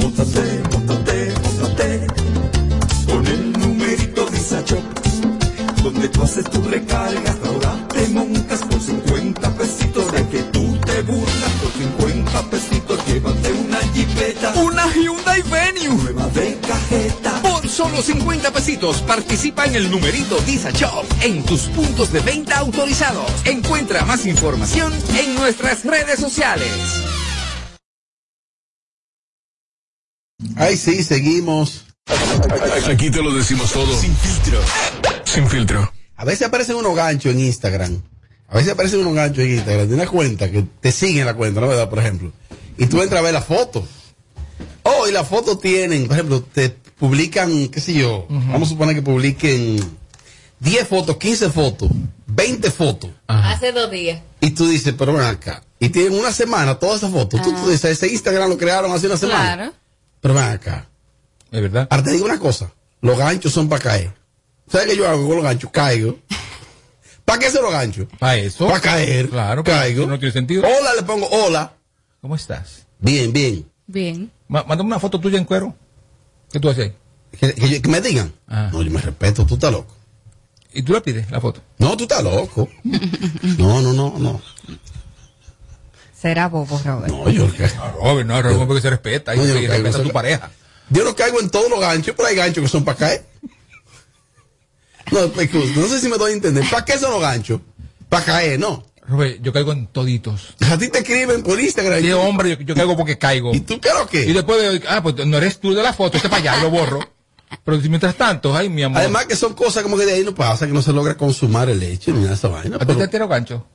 Speaker 3: Móntate, móntate, móntate con el numerito Visa Shop, donde tú haces tu recarga, ahora te montas por 50 pesitos de que tú te burlas por 50 pesitos, llévate una Jeepeta,
Speaker 4: Una Hyundai Venue. Por solo 50 pesitos participa en el numerito Visa Shop en tus puntos de venta autorizados. Encuentra más información en nuestras redes sociales.
Speaker 12: Ay, sí, seguimos.
Speaker 2: Aquí te lo decimos todo. Sin filtro. Sin filtro.
Speaker 12: A veces aparecen unos ganchos en Instagram. A veces aparecen unos ganchos en Instagram. Tienes cuenta que te siguen la cuenta, ¿no verdad? Por ejemplo. Y tú entras a ver la foto. Oh, y la foto tienen, por ejemplo, te publican, qué sé yo, vamos a suponer que publiquen 10 fotos, 15 fotos, 20 fotos.
Speaker 23: Hace dos días.
Speaker 12: Y tú dices, pero ven acá. Y tienen una semana todas esas fotos. Tú, tú dices, ese Instagram lo crearon hace una semana.
Speaker 23: Claro.
Speaker 12: Pero ven acá.
Speaker 13: Es verdad.
Speaker 12: Ahora te digo una cosa. Los ganchos son para caer. ¿Sabes qué yo hago con los ganchos? Caigo. ¿Para qué se los ganchos?
Speaker 13: Para eso.
Speaker 12: Para caer.
Speaker 13: Claro,
Speaker 12: Caigo.
Speaker 13: eso no tiene sentido.
Speaker 12: Hola, le pongo hola.
Speaker 13: ¿Cómo estás?
Speaker 12: Bien, bien.
Speaker 23: Bien.
Speaker 13: Ma- Mándame una foto tuya en cuero. ¿Qué tú haces ahí? Ah.
Speaker 12: Que, que yo- que me digan. No, yo me respeto, tú estás loco.
Speaker 13: ¿Y tú la pides, la foto?
Speaker 12: No, tú
Speaker 13: (laughs)
Speaker 12: estás loco. No, no, no, no.
Speaker 1: Será bobo, Robert.
Speaker 12: No, yo
Speaker 13: Ah, Robert, no, Robert, porque se respeta. Y,
Speaker 12: No, yo
Speaker 13: y
Speaker 12: no caigo,
Speaker 13: respeta a
Speaker 12: eso-
Speaker 13: tu pareja.
Speaker 12: Yo no caigo en todos los ganchos, pero hay ganchos que son para caer. No, pues, no sé si me doy a entender. ¿Para qué son los ganchos? Para caer, no.
Speaker 13: Robert, yo caigo en toditos.
Speaker 12: A ti te escriben por Instagram.
Speaker 13: Sí, hombre, yo, yo caigo porque caigo. ¿Y
Speaker 12: tú qué lo que?
Speaker 13: Y después de, ah, pues no eres tú de la foto, este para allá, lo borro. Pero si mientras tanto, ay, mi amor.
Speaker 12: Además que son cosas como que de ahí no pasa, que no se logra consumar el hecho ni nada de esa vaina.
Speaker 13: ¿A ti
Speaker 12: pero-
Speaker 13: te tiro gancho?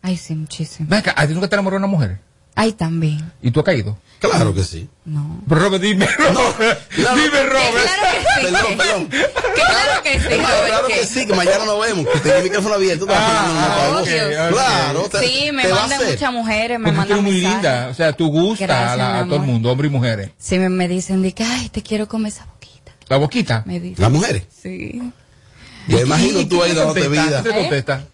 Speaker 1: Ay, sí, muchísimo.
Speaker 13: Ven acá, ¿a ti nunca te enamoró una mujer?
Speaker 1: Ay, también.
Speaker 13: ¿Y tú has caído?
Speaker 12: Claro que sí.
Speaker 1: No.
Speaker 13: Pero Robert, dime, Robert. dime, Robert.
Speaker 12: Perdón, perdón.
Speaker 23: Claro que sí,
Speaker 12: Claro,
Speaker 23: Robert,
Speaker 12: claro que
Speaker 23: ¿qué?
Speaker 12: sí, que mañana nos vemos. Que tenga el micrófono abierto. te vas poniendo una
Speaker 13: Ah,
Speaker 12: pausa. Claro. te-
Speaker 1: Sí, me
Speaker 12: te va a
Speaker 1: mandan
Speaker 12: hacer.
Speaker 1: muchas mujeres, me
Speaker 13: Porque tú eres
Speaker 1: mandan
Speaker 13: muy
Speaker 1: mensajes.
Speaker 13: linda. O sea, tú gustas
Speaker 1: Gracias,
Speaker 13: a, la-
Speaker 1: mi
Speaker 13: a todo el
Speaker 1: amor.
Speaker 13: mundo, hombres y mujeres.
Speaker 1: Sí, me, me dicen de que, ay, te quiero comer esa boca.
Speaker 13: ¿La boquita?
Speaker 1: Me dicen.
Speaker 12: ¿Las mujeres?
Speaker 1: Sí.
Speaker 12: Yo imagino tú ahí dándote
Speaker 13: contesta?
Speaker 12: vida.
Speaker 13: ¿Qué te
Speaker 1: ¿Eh?
Speaker 13: contesta?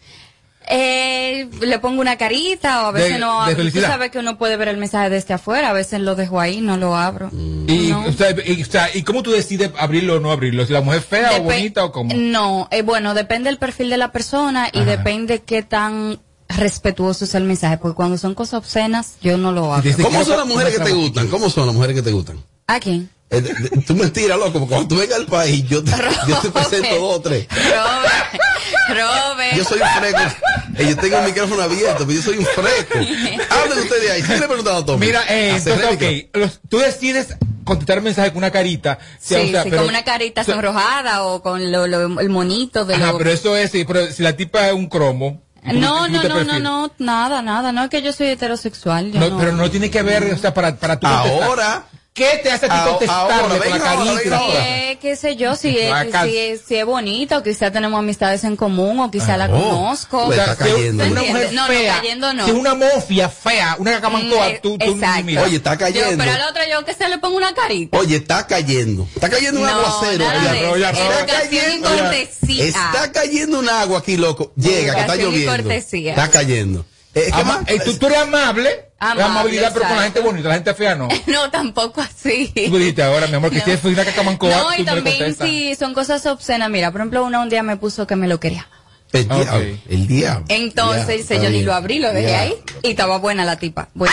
Speaker 1: Eh, le pongo una carita o a veces
Speaker 13: De-
Speaker 1: no
Speaker 13: de
Speaker 1: abro. Tú
Speaker 13: felicidad.
Speaker 1: sabes que uno puede ver el mensaje desde afuera, a veces lo dejo ahí, no lo abro.
Speaker 12: Mm,
Speaker 13: Y, o sea, y, o sea, ¿y cómo tú decides abrirlo o no abrirlo? ¿Si la mujer es fea o
Speaker 1: Depe-
Speaker 13: bonita o cómo?
Speaker 1: No, eh, bueno, depende del perfil de la persona y depende qué tan respetuoso es el mensaje, porque cuando son cosas obscenas, yo no lo abro.
Speaker 12: ¿Cómo son las mujeres que te gustan? ¿Cómo son las mujeres que te gustan?
Speaker 1: ¿A quién?
Speaker 12: Eh, de- de- Tú me tiras, loco, porque cuando tú vengas al país, yo te, yo
Speaker 1: (laughs)
Speaker 12: te presento dos o tres.
Speaker 23: Robert. Robert.
Speaker 12: Yo soy un fresco. Eh, yo tengo el micrófono abierto, pero yo soy un fresco. Hablen ustedes ahí. ¿Qué le he preguntado a Tommy?
Speaker 13: Mira, eh,
Speaker 12: Hacer
Speaker 13: entonces,
Speaker 12: réplica.
Speaker 13: ok, los- tú decides contestar un mensaje con una carita.
Speaker 1: Sí,
Speaker 13: o sea,
Speaker 1: sí,
Speaker 13: pero-
Speaker 1: con una carita
Speaker 13: o sea,
Speaker 1: sonrojada o con lo- lo- el monito de
Speaker 13: Ajá,
Speaker 1: lo-
Speaker 13: pero eso es, sí, pero si la tipa es un cromo.
Speaker 1: No,
Speaker 13: ¿cómo
Speaker 1: no,
Speaker 13: te-
Speaker 1: no,
Speaker 13: cómo te
Speaker 1: no,
Speaker 13: perfil?
Speaker 1: no, nada, nada, no es que yo soy heterosexual, yo
Speaker 13: No,
Speaker 1: no.
Speaker 13: Pero no tiene que ver, o sea, para, para tú contestar.
Speaker 12: Ahora.
Speaker 13: ¿Qué te hace a ti
Speaker 12: Ahora,
Speaker 13: contestarme
Speaker 12: ahora,
Speaker 13: con la
Speaker 12: venga ahora, venga
Speaker 13: carita? pues.
Speaker 12: ahora.
Speaker 1: Eh, qué sé yo, si es,
Speaker 13: Acá-
Speaker 1: si es, si es bonito, quizá tenemos amistades en común o quizá la
Speaker 13: Oh,
Speaker 1: conozco.
Speaker 13: o sea,
Speaker 1: ¿Tú
Speaker 13: si una
Speaker 1: entiendes?
Speaker 13: mujer
Speaker 1: no,
Speaker 13: fea,
Speaker 1: no, cayendo no.
Speaker 13: Si una mofia fea, una
Speaker 1: Mm,
Speaker 13: cacamancoa,
Speaker 1: eh,
Speaker 13: tú, tú ni
Speaker 1: exacto.
Speaker 13: miras.
Speaker 12: Oye, está cayendo.
Speaker 1: Yo, pero al otro yo que se le pongo una carita. (laughs)
Speaker 12: Oye, está cayendo. Está cayendo un
Speaker 1: No,
Speaker 12: aguacero.
Speaker 1: nada
Speaker 12: aquí.
Speaker 1: de eso.
Speaker 12: Oye,
Speaker 1: Educación
Speaker 12: está cayendo.
Speaker 1: y
Speaker 12: Oye,
Speaker 1: cortesía.
Speaker 12: Está cayendo un agua aquí, loco. Llega, que está
Speaker 1: Educación y
Speaker 12: lloviendo.
Speaker 1: cortesía.
Speaker 12: Está cayendo. Eh, ¿qué
Speaker 13: Ama-
Speaker 12: más?
Speaker 13: eh, tú, tú eres amable,
Speaker 1: Amable,
Speaker 13: la amabilidad, pero con la
Speaker 1: exacto.
Speaker 13: gente bonita, la gente fea
Speaker 1: (laughs)
Speaker 13: no.
Speaker 1: No, tampoco así.
Speaker 13: Tú me dijiste ahora, mi amor, que si es una cacamancoa,
Speaker 1: No,
Speaker 13: tú
Speaker 1: y
Speaker 13: no le
Speaker 1: también
Speaker 13: contestas.
Speaker 1: si son cosas obscenas. Mira, por ejemplo, una un día me puso que me lo quería.
Speaker 12: El diablo. El diablo. Ya,
Speaker 1: Entonces,
Speaker 12: está
Speaker 1: yo ni
Speaker 12: bien.
Speaker 1: lo abrí, lo dejé
Speaker 12: Ya.
Speaker 1: ahí y estaba buena la tipa. Bueno.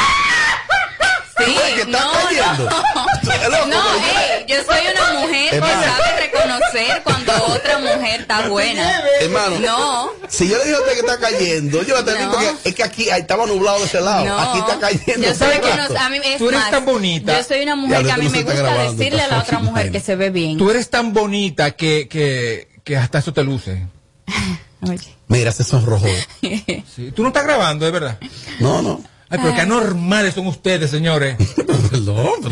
Speaker 1: Sí,
Speaker 12: Oye, que está
Speaker 1: no,
Speaker 12: cayendo.
Speaker 1: (laughs) no. No, ey, yo soy una mujer que
Speaker 12: Hermano.
Speaker 1: sabe reconocer cuando otra mujer está buena.
Speaker 12: Hermano,
Speaker 1: No.
Speaker 12: si yo le dije a usted que está cayendo, yo le estoy diciendo que es que aquí ahí estaba nublado de ese lado.
Speaker 1: No.
Speaker 12: Aquí está cayendo.
Speaker 1: Yo
Speaker 12: todo
Speaker 1: soy
Speaker 12: el
Speaker 1: que
Speaker 12: rato.
Speaker 1: no- a mí es
Speaker 13: Tú eres
Speaker 1: más,
Speaker 13: tan bonita.
Speaker 1: Yo soy una
Speaker 13: Ya,
Speaker 1: mujer que a
Speaker 13: tú
Speaker 1: mí
Speaker 13: no se
Speaker 1: me
Speaker 13: está
Speaker 1: gusta
Speaker 13: grabando,
Speaker 1: decirle a la
Speaker 13: pasó
Speaker 12: pues,
Speaker 1: otra
Speaker 13: aquí,
Speaker 1: mujer que se ve bien.
Speaker 13: Tú eres tan bonita que, que, que hasta eso te luce.
Speaker 1: Oye.
Speaker 12: Mira, se sonrojó.
Speaker 13: Sí, Tú no estás grabando, es verdad.
Speaker 12: No, no.
Speaker 13: Ay,
Speaker 1: Ah.
Speaker 13: pero qué anormales son ustedes,
Speaker 12: (laughs)
Speaker 13: señores.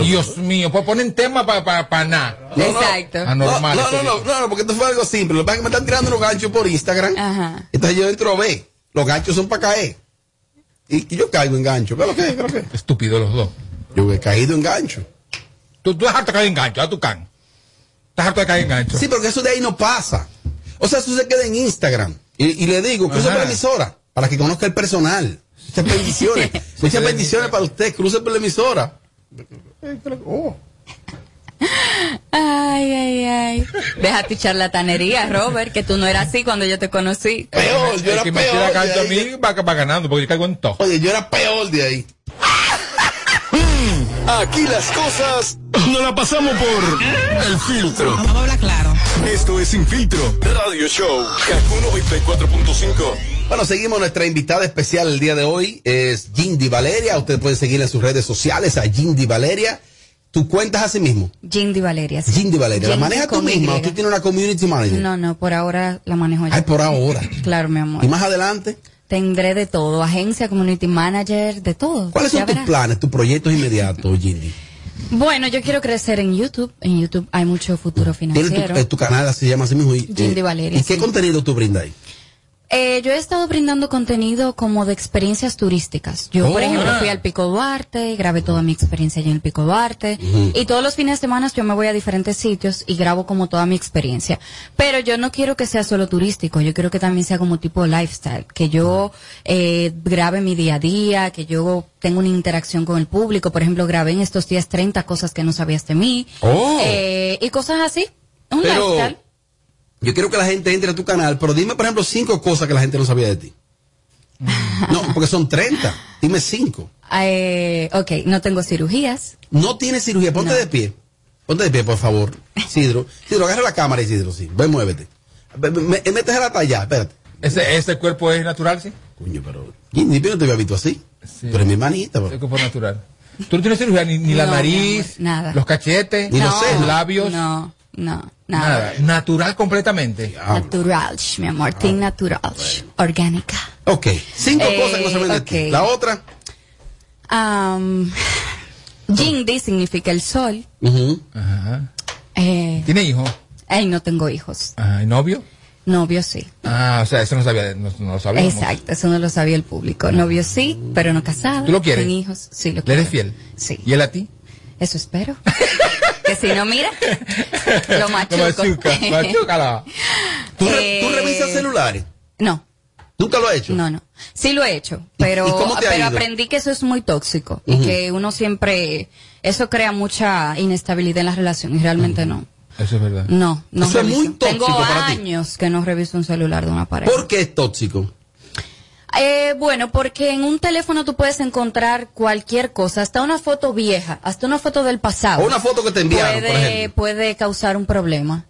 Speaker 13: Dios mío, pues ponen tema para pa, pa nada.
Speaker 12: No, no.
Speaker 13: Anormal.
Speaker 12: No, no, no, no, no, porque esto fue algo simple. Lo que pasa es que me están tirando los ganchos por Instagram. Entonces yo entro a ver. Los ganchos son para caer. Y, y yo caigo en gancho. ¿Qué es lo que es? ¿Qué es lo que es?
Speaker 13: Estúpido los dos.
Speaker 12: Yo he caído en gancho.
Speaker 13: Tú, tú has harto de caer en gancho, a tu can. Estás harto de caer en gancho.
Speaker 12: Sí, porque eso de ahí no pasa. O sea, eso se queda en Instagram. Y, y le digo, que eso es
Speaker 13: Ajá.
Speaker 12: para la emisora, para que conozca el personal. Muchas bendiciones. Muchas bendiciones para usted. Cruce por la emisora. Oh.
Speaker 1: Ay, ay, ay. Deja tu charlatanería, Robert, que tú no eras así cuando yo te conocí.
Speaker 12: Peor, yo era
Speaker 13: que me
Speaker 12: peor.
Speaker 13: tira canto a
Speaker 12: de ahí.
Speaker 13: mí va, va ganando, porque yo caigo en todo.
Speaker 12: Oye, yo era peor de ahí.
Speaker 2: Aquí las cosas no Mm. la pasamos por el filtro.
Speaker 6: Vamos a hablar claro.
Speaker 2: Esto es Sin Filtro Radio Show Kaku 94.5.
Speaker 12: Bueno, seguimos nuestra invitada especial el día de hoy. Es Gindi Valeria. Usted puede seguirla en sus redes sociales a Gindi Valeria. ¿Tú cuentas a sí mismo?
Speaker 1: Gindi Valeria. sí.
Speaker 12: Gindi Valeria. ¿La
Speaker 1: Gindi
Speaker 12: manejas tú
Speaker 1: con
Speaker 12: misma
Speaker 1: Y.
Speaker 12: o tú tienes una community manager?
Speaker 1: No, no, por ahora la manejo yo.
Speaker 12: Ay, por ahora.
Speaker 1: Claro, mi amor.
Speaker 12: ¿Y más adelante?
Speaker 1: Tendré de todo, agencia, community manager, de todo.
Speaker 12: ¿Cuáles son
Speaker 1: Ya
Speaker 12: tus
Speaker 1: verás.
Speaker 12: planes, tus proyectos inmediatos, Gindi?
Speaker 1: Bueno, yo quiero crecer en YouTube. En YouTube hay mucho futuro
Speaker 12: Tienes tu,
Speaker 1: financiero.
Speaker 12: eh, tu canal, así se llama así mismo. y, eh,
Speaker 1: Gindi Valeria,
Speaker 12: ¿Y qué
Speaker 1: sí.
Speaker 12: contenido tú brindas ahí?
Speaker 1: Eh, yo he estado brindando contenido como de experiencias turísticas. Yo, por
Speaker 12: Oh.
Speaker 1: ejemplo, fui al Pico Duarte, grabé toda mi experiencia allí en el Pico Duarte.
Speaker 7: Ujú.
Speaker 1: Y todos los fines de semana yo me voy a diferentes sitios y grabo como toda mi experiencia. Pero yo no quiero que sea solo turístico, yo quiero que también sea como tipo lifestyle, que yo eh, grabe mi día a día, que yo tenga una interacción con el público. Por ejemplo, grabé en estos días 30 cosas que no sabías de mí.
Speaker 12: Oh.
Speaker 1: Eh, y cosas así. Un
Speaker 12: Pero-
Speaker 1: lifestyle.
Speaker 12: Yo quiero que la gente entre a tu canal, pero dime, por ejemplo, cinco cosas que la gente no sabía de
Speaker 1: (laughs)
Speaker 12: ti. No, porque son 30. Dime cinco.
Speaker 1: Eh, ok, no tengo cirugías.
Speaker 12: No tiene cirugía. Ponte de pie. Ponte de pie, por favor. Sidro. Sidro, agarra la cámara, Sidro, sí. Ven, muévete. Ve- ve- me- Métese la talla, espérate.
Speaker 13: ¿Ese, ese cuerpo es natural, sí?
Speaker 12: Coño, pero. Ni yo no te había visto así. Pero es mi hermanita, pues. bro.
Speaker 13: Ese cuerpo es natural. Tú no tienes cirugía ni, ni la
Speaker 1: No, mi
Speaker 13: nariz,
Speaker 1: amor, nada.
Speaker 13: los cachetes,
Speaker 1: No,
Speaker 13: los labios,
Speaker 1: No, no, nada.
Speaker 13: nada. Natural completamente.
Speaker 1: Natural, mi amor, team natural, orgánica.
Speaker 12: Ok, cinco
Speaker 1: Eh,
Speaker 12: cosas que no saben de ti.
Speaker 1: ok.
Speaker 12: La otra.
Speaker 1: Um, Jindi significa el sol.
Speaker 13: Ajá.
Speaker 1: Eh,
Speaker 13: ¿Tiene hijo?
Speaker 1: ay, no tengo hijos.
Speaker 13: Ah, ¿Novio?
Speaker 1: Novio sí.
Speaker 13: Ah, o sea, eso no, sabía, no, no lo sabíamos.
Speaker 1: Exacto, eso no lo sabía el público. Novio sí, pero no casado.
Speaker 13: ¿Tú lo quieres?
Speaker 1: Sin hijos, sí lo
Speaker 13: ¿Le
Speaker 1: quiero.
Speaker 13: eres fiel?
Speaker 1: Sí.
Speaker 13: ¿Y él a ti?
Speaker 1: Eso espero. (laughs) que si no, mira, lo machuco. (laughs)
Speaker 13: machuca, machúcala.
Speaker 12: ¿Tú, re-
Speaker 1: Eh,
Speaker 12: tú revisas celulares?
Speaker 1: No.
Speaker 12: ¿Nunca lo has hecho?
Speaker 1: No, no. Sí lo he hecho, pero,
Speaker 12: ¿Y cómo te ha
Speaker 1: pero
Speaker 12: ido?
Speaker 1: aprendí que eso es muy tóxico
Speaker 12: Ujú.
Speaker 1: y que uno siempre, eso crea mucha inestabilidad en la relación y realmente no.
Speaker 13: Eso es verdad.
Speaker 1: No, no
Speaker 12: Eso es
Speaker 1: reviso.
Speaker 12: muy tóxico
Speaker 1: Tengo
Speaker 12: para ti.
Speaker 1: años que no reviso un celular de una pareja.
Speaker 12: ¿Por qué es tóxico?
Speaker 1: Eh, bueno, porque en un teléfono tú puedes encontrar cualquier cosa, hasta una foto vieja, hasta una foto del pasado.
Speaker 12: O una foto que te enviaron, por
Speaker 1: puede,
Speaker 12: ejemplo.
Speaker 1: puede causar un problema.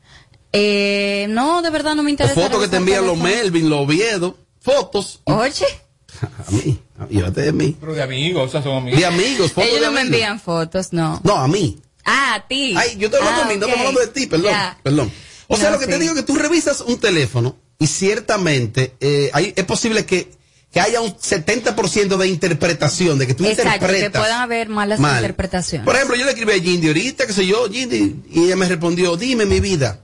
Speaker 1: Eh, no, de verdad no
Speaker 12: O
Speaker 1: me interesa.
Speaker 12: fotos que te
Speaker 1: revisar
Speaker 12: envían los
Speaker 1: teléfono.
Speaker 12: Melvin, los Oviedo. Fotos.
Speaker 1: Oye,
Speaker 12: (laughs) A mí. a- Llévate de mí.
Speaker 13: Pero de amigos, o sea, son amigos.
Speaker 12: De amigos, fotos
Speaker 1: ellos
Speaker 12: de
Speaker 1: no me
Speaker 12: amigos.
Speaker 1: envían fotos, no.
Speaker 12: No, a mí.
Speaker 1: Ah, a ti.
Speaker 12: Ay, yo estoy hablando
Speaker 1: Ah,
Speaker 12: a mí, no
Speaker 1: ok.
Speaker 12: estoy hablando de ti, perdón.
Speaker 1: Ya.
Speaker 12: Perdón. O sea,
Speaker 1: No,
Speaker 12: lo que te
Speaker 1: sí.
Speaker 12: digo es que tú revisas un teléfono y ciertamente eh, hay- es posible que, que haya un 70% de interpretación, de que tú
Speaker 1: Exacto, que
Speaker 12: interpretas.
Speaker 1: puedan haber malas
Speaker 12: mal.
Speaker 1: interpretaciones.
Speaker 12: Por ejemplo, yo le escribí a Jindy ahorita, qué sé yo, Jindy, y ella me respondió, dime mi vida.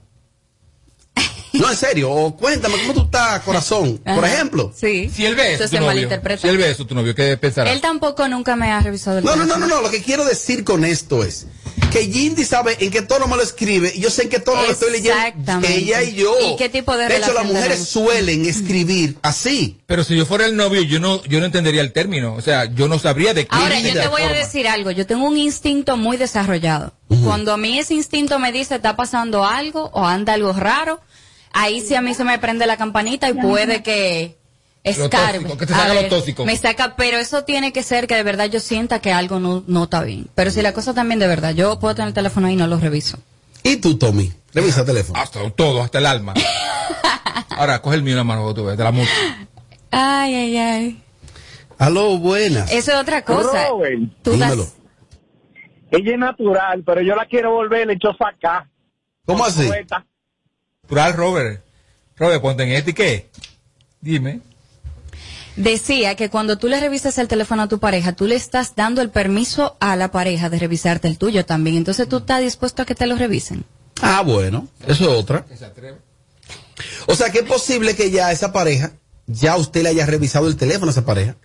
Speaker 12: No, en serio, o cuéntame cómo tú estás, corazón. Por
Speaker 1: Ajá.
Speaker 12: ejemplo.
Speaker 1: Sí.
Speaker 13: Si él ve eso,
Speaker 1: Entonces
Speaker 13: tu
Speaker 1: se
Speaker 13: novio.
Speaker 1: malinterpreta.
Speaker 13: Si él ve eso, tu novio, ¿qué pensará?
Speaker 1: Él tampoco nunca me ha revisado el
Speaker 12: No, no, no,
Speaker 1: teléfono.
Speaker 12: no, no, lo que quiero decir con esto es que Jindy sabe en qué tono me lo escribe y yo sé en qué tono lo estoy leyendo
Speaker 1: Exactamente.
Speaker 12: ella y yo.
Speaker 1: ¿Y qué tipo de
Speaker 12: hecho, las
Speaker 1: relación
Speaker 12: mujeres
Speaker 1: tenemos?
Speaker 12: suelen escribir así.
Speaker 13: Pero si yo fuera el novio, yo no, yo no entendería el término. O sea, yo no sabría de qué.
Speaker 1: Ahora, yo
Speaker 13: de
Speaker 1: te voy a
Speaker 13: forma.
Speaker 1: decir algo. Yo tengo un instinto muy desarrollado. Cuando a mí ese instinto me dice está pasando algo o anda algo raro, ahí sí a mí se me prende la campanita y puede que
Speaker 13: Lo
Speaker 1: escarbe.
Speaker 13: tóxico, que te
Speaker 1: A
Speaker 13: saca lo
Speaker 1: ver,
Speaker 13: tóxico.
Speaker 1: Me saca, pero eso tiene que ser que de verdad yo sienta que algo no, no está bien. Pero si la cosa también de verdad, yo puedo tener el teléfono ahí y no lo reviso.
Speaker 12: ¿Y tú, Tommy? Revisa el teléfono.
Speaker 13: Hasta todo, hasta el
Speaker 1: (laughs)
Speaker 13: alma. Ahora, coge el mío en la mano, tú ves, de la música.
Speaker 1: Ay, ay, ay.
Speaker 12: Aló, buenas.
Speaker 1: Eso es otra cosa.
Speaker 21: Robert.
Speaker 1: Tú das-
Speaker 12: Dímelo.
Speaker 21: Ella es natural, pero yo la quiero volver lechosa acá.
Speaker 12: ¿Cómo así?
Speaker 21: Suelta.
Speaker 13: Natural, Robert. Robert, ponte en este, ¿qué? Dime.
Speaker 1: Decía que cuando tú le revisas el teléfono a tu pareja, tú le estás dando el permiso a la pareja de revisarte el tuyo también. Entonces tú estás dispuesto a que te lo revisen.
Speaker 12: Ah, bueno, eso es otra. O sea, que es posible que ya esa pareja, ya usted le haya revisado el teléfono a esa pareja.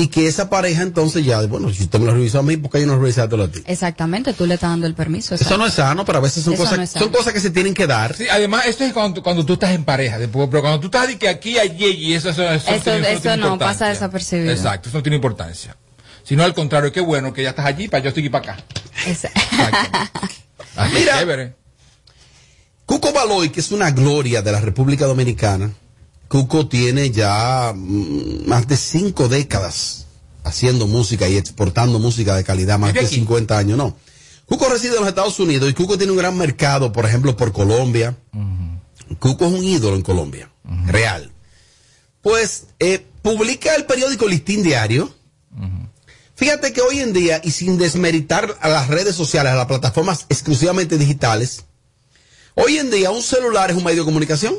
Speaker 12: Y que esa pareja entonces ya, bueno, si usted me lo revisó a mí, ¿por qué yo no revisártelo a ti?
Speaker 1: Exactamente, tú le estás dando el permiso.
Speaker 12: Eso no es sano, pero a veces son
Speaker 1: Eso
Speaker 12: cosas,
Speaker 1: no es sano.
Speaker 12: son cosas que se tienen que dar.
Speaker 13: Sí, además, esto es cuando, cuando tú estás en pareja, después, pero cuando tú estás de que aquí, allí, allí, eso, eso, eso,
Speaker 1: Eso,
Speaker 13: tiene-
Speaker 1: eso
Speaker 13: tiene
Speaker 1: no,
Speaker 13: importancia.
Speaker 1: pasa desapercibido.
Speaker 13: Exacto, eso no tiene importancia. Sino al contrario, qué bueno que ya estás allí, para yo estoy aquí para acá.
Speaker 1: Esa-
Speaker 13: Así, chévere.
Speaker 12: Cuco Baloy, que es una gloria de la República Dominicana, Cuco tiene ya mm, más de cinco décadas haciendo música y exportando música de calidad, más
Speaker 13: ¿Vive
Speaker 12: de
Speaker 13: aquí?
Speaker 12: 50 años, no. Cuco reside en los Estados Unidos y Cuco tiene un gran mercado, por ejemplo, por Colombia. Cuco es un ídolo en Colombia, real. Pues eh, publica el periódico Listín Diario. Fíjate que hoy en día, y sin desmeritar a las redes sociales, a las plataformas exclusivamente digitales, Hoy en día un celular es un medio de comunicación.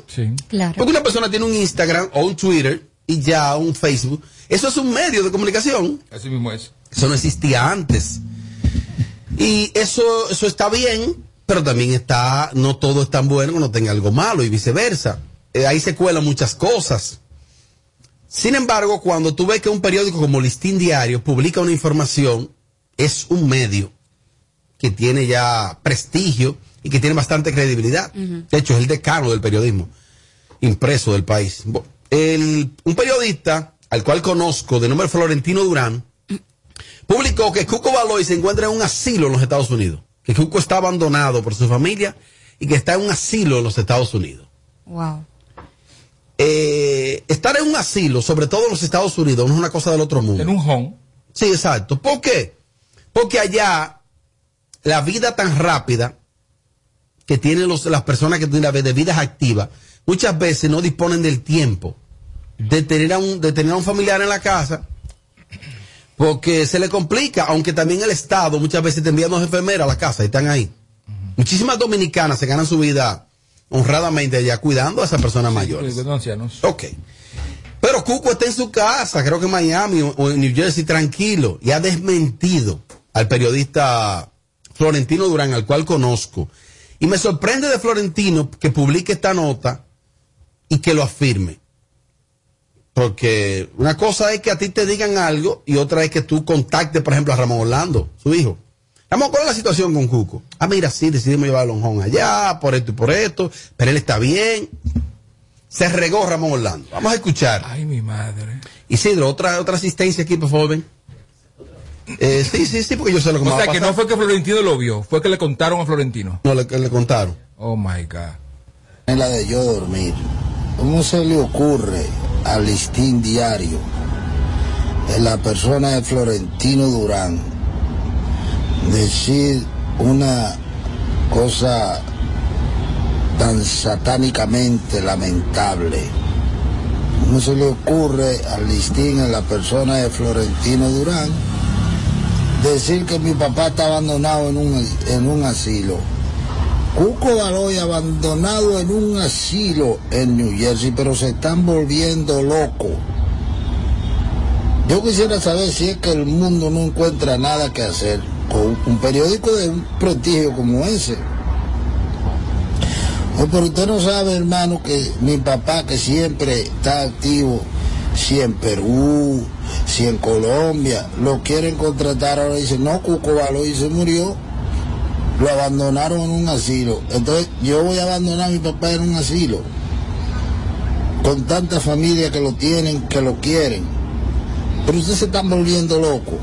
Speaker 1: Claro.
Speaker 12: Porque una persona tiene un Instagram o un Twitter y ya un Facebook. Eso es un medio de comunicación.
Speaker 13: Así mismo es.
Speaker 12: Eso no existía antes. Y eso, eso está bien, pero también está, no todo es tan bueno que no tenga algo malo y viceversa. Eh, ahí se cuelan muchas cosas. Sin embargo, cuando tú ves que un periódico como Listín Diario publica una información, es un medio que tiene ya prestigio y que tiene bastante credibilidad.
Speaker 6: Ujú.
Speaker 12: De hecho, es el decano del periodismo impreso del país. Bo- el- un periodista al cual conozco, de nombre Florentino Durán, publicó que Cuco Baloy se encuentra en un asilo en los Estados Unidos. Que Cuco está abandonado por su familia y que está en un asilo en los Estados Unidos.
Speaker 1: Wow.
Speaker 12: Eh, estar en un asilo, sobre todo en los Estados Unidos, no es una cosa del otro mundo. En
Speaker 13: un home.
Speaker 12: Sí, exacto. ¿Por qué? Porque allá la vida tan rápida que tienen los- las personas que tienen las de vidas activas, muchas veces no disponen del tiempo de tener, a un, de tener a un familiar en la casa porque se le complica, aunque también el Estado muchas veces te envía dos enfermeras a la casa y están ahí. Muchísimas dominicanas se ganan su vida honradamente allá cuidando a esas personas mayores.
Speaker 13: Los ancianos.
Speaker 12: Ok. Pero Cuco está en su casa, creo que en Miami o- o en New Jersey, tranquilo, y ha desmentido al periodista Florentino Durán, al cual conozco. Y me sorprende de Florentino que publique esta nota y que lo afirme. Porque una cosa es que a ti te digan algo y otra es que tú contactes, por ejemplo, a Ramón Orlando, su hijo. Ramón, ¿cuál es la situación con Cuco? Ah, mira, sí, decidimos llevarlo a Lonjón allá, por esto y por esto, pero él está bien. Se regó Ramón Orlando. Vamos a escuchar.
Speaker 13: Ay, mi madre.
Speaker 12: Isidro, otra, otra asistencia aquí, por
Speaker 13: (laughs)
Speaker 12: favor, ven. Eh, sí, sí, sí, porque yo sé lo que me
Speaker 13: O
Speaker 12: va a
Speaker 13: sea, que
Speaker 12: pasar.
Speaker 13: no fue que Florentino lo vio, fue que le contaron a Florentino.
Speaker 12: No, le, le contaron.
Speaker 13: Oh, my God.
Speaker 7: Es la de yo dormir. ¿Cómo se le ocurre al listín diario, en la persona de Florentino Durán, decir una cosa tan satánicamente lamentable? ¿Cómo se le ocurre al listín, en la persona de Florentino Durán, decir que mi papá está abandonado en un, en un asilo? Cuco Baloy abandonado en un asilo en New Jersey, pero se están volviendo locos. Yo quisiera saber si es que el mundo no encuentra nada que hacer con un periódico de un prestigio como ese. No, pero usted no sabe, hermano, que mi papá que siempre está activo, si en Perú, si en Colombia, lo quieren contratar ahora dicen, no, Cuco Baloy se murió lo abandonaron en un asilo. Entonces yo voy a abandonar a mi papá en un asilo. Con tanta familia que lo tienen, que lo quieren. Pero ustedes se están volviendo locos.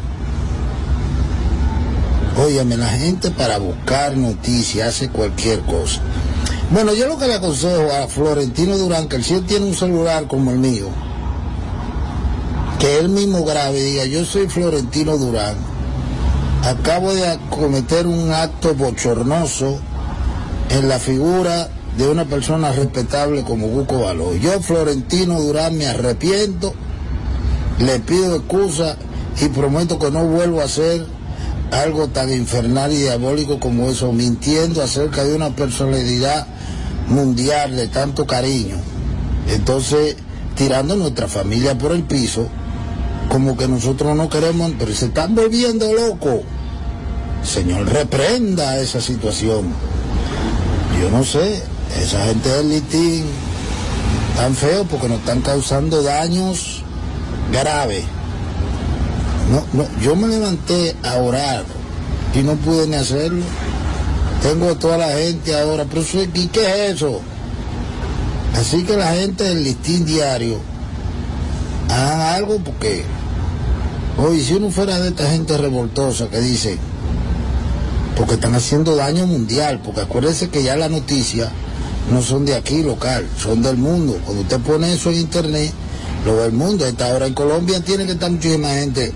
Speaker 7: Óyame, la gente para buscar noticias hace cualquier cosa. Bueno, yo lo que le aconsejo a Florentino Durán, que si él tiene un celular como el mío, que él mismo grabe y diga, yo soy Florentino Durán, acabo de cometer un acto bochornoso en la figura de una persona respetable como Cuco Baloy. Yo, Florentino Durán, me arrepiento, le pido excusa y prometo que no vuelvo a hacer algo tan infernal y diabólico como eso, mintiendo acerca de una personalidad mundial de tanto cariño. Entonces, tirando nuestra familia por el piso, como que nosotros no queremos, pero se están volviendo locos. Señor, reprenda esa situación. Yo no sé, esa gente del litín tan feo porque nos están causando daños graves. No, no, yo me levanté a orar y no pude ni hacerlo. Tengo a toda la gente ahora, pero eso- ¿y qué es eso? Así que la gente del listín diario, hagan algo porque, hoy si uno fuera de esta gente revoltosa que dice, porque están haciendo daño mundial, porque acuérdense que ya las noticias no son de aquí local, son del mundo. Cuando usted pone eso en internet, lo ve el mundo. A esta hora en Colombia tiene que estar muchísima gente,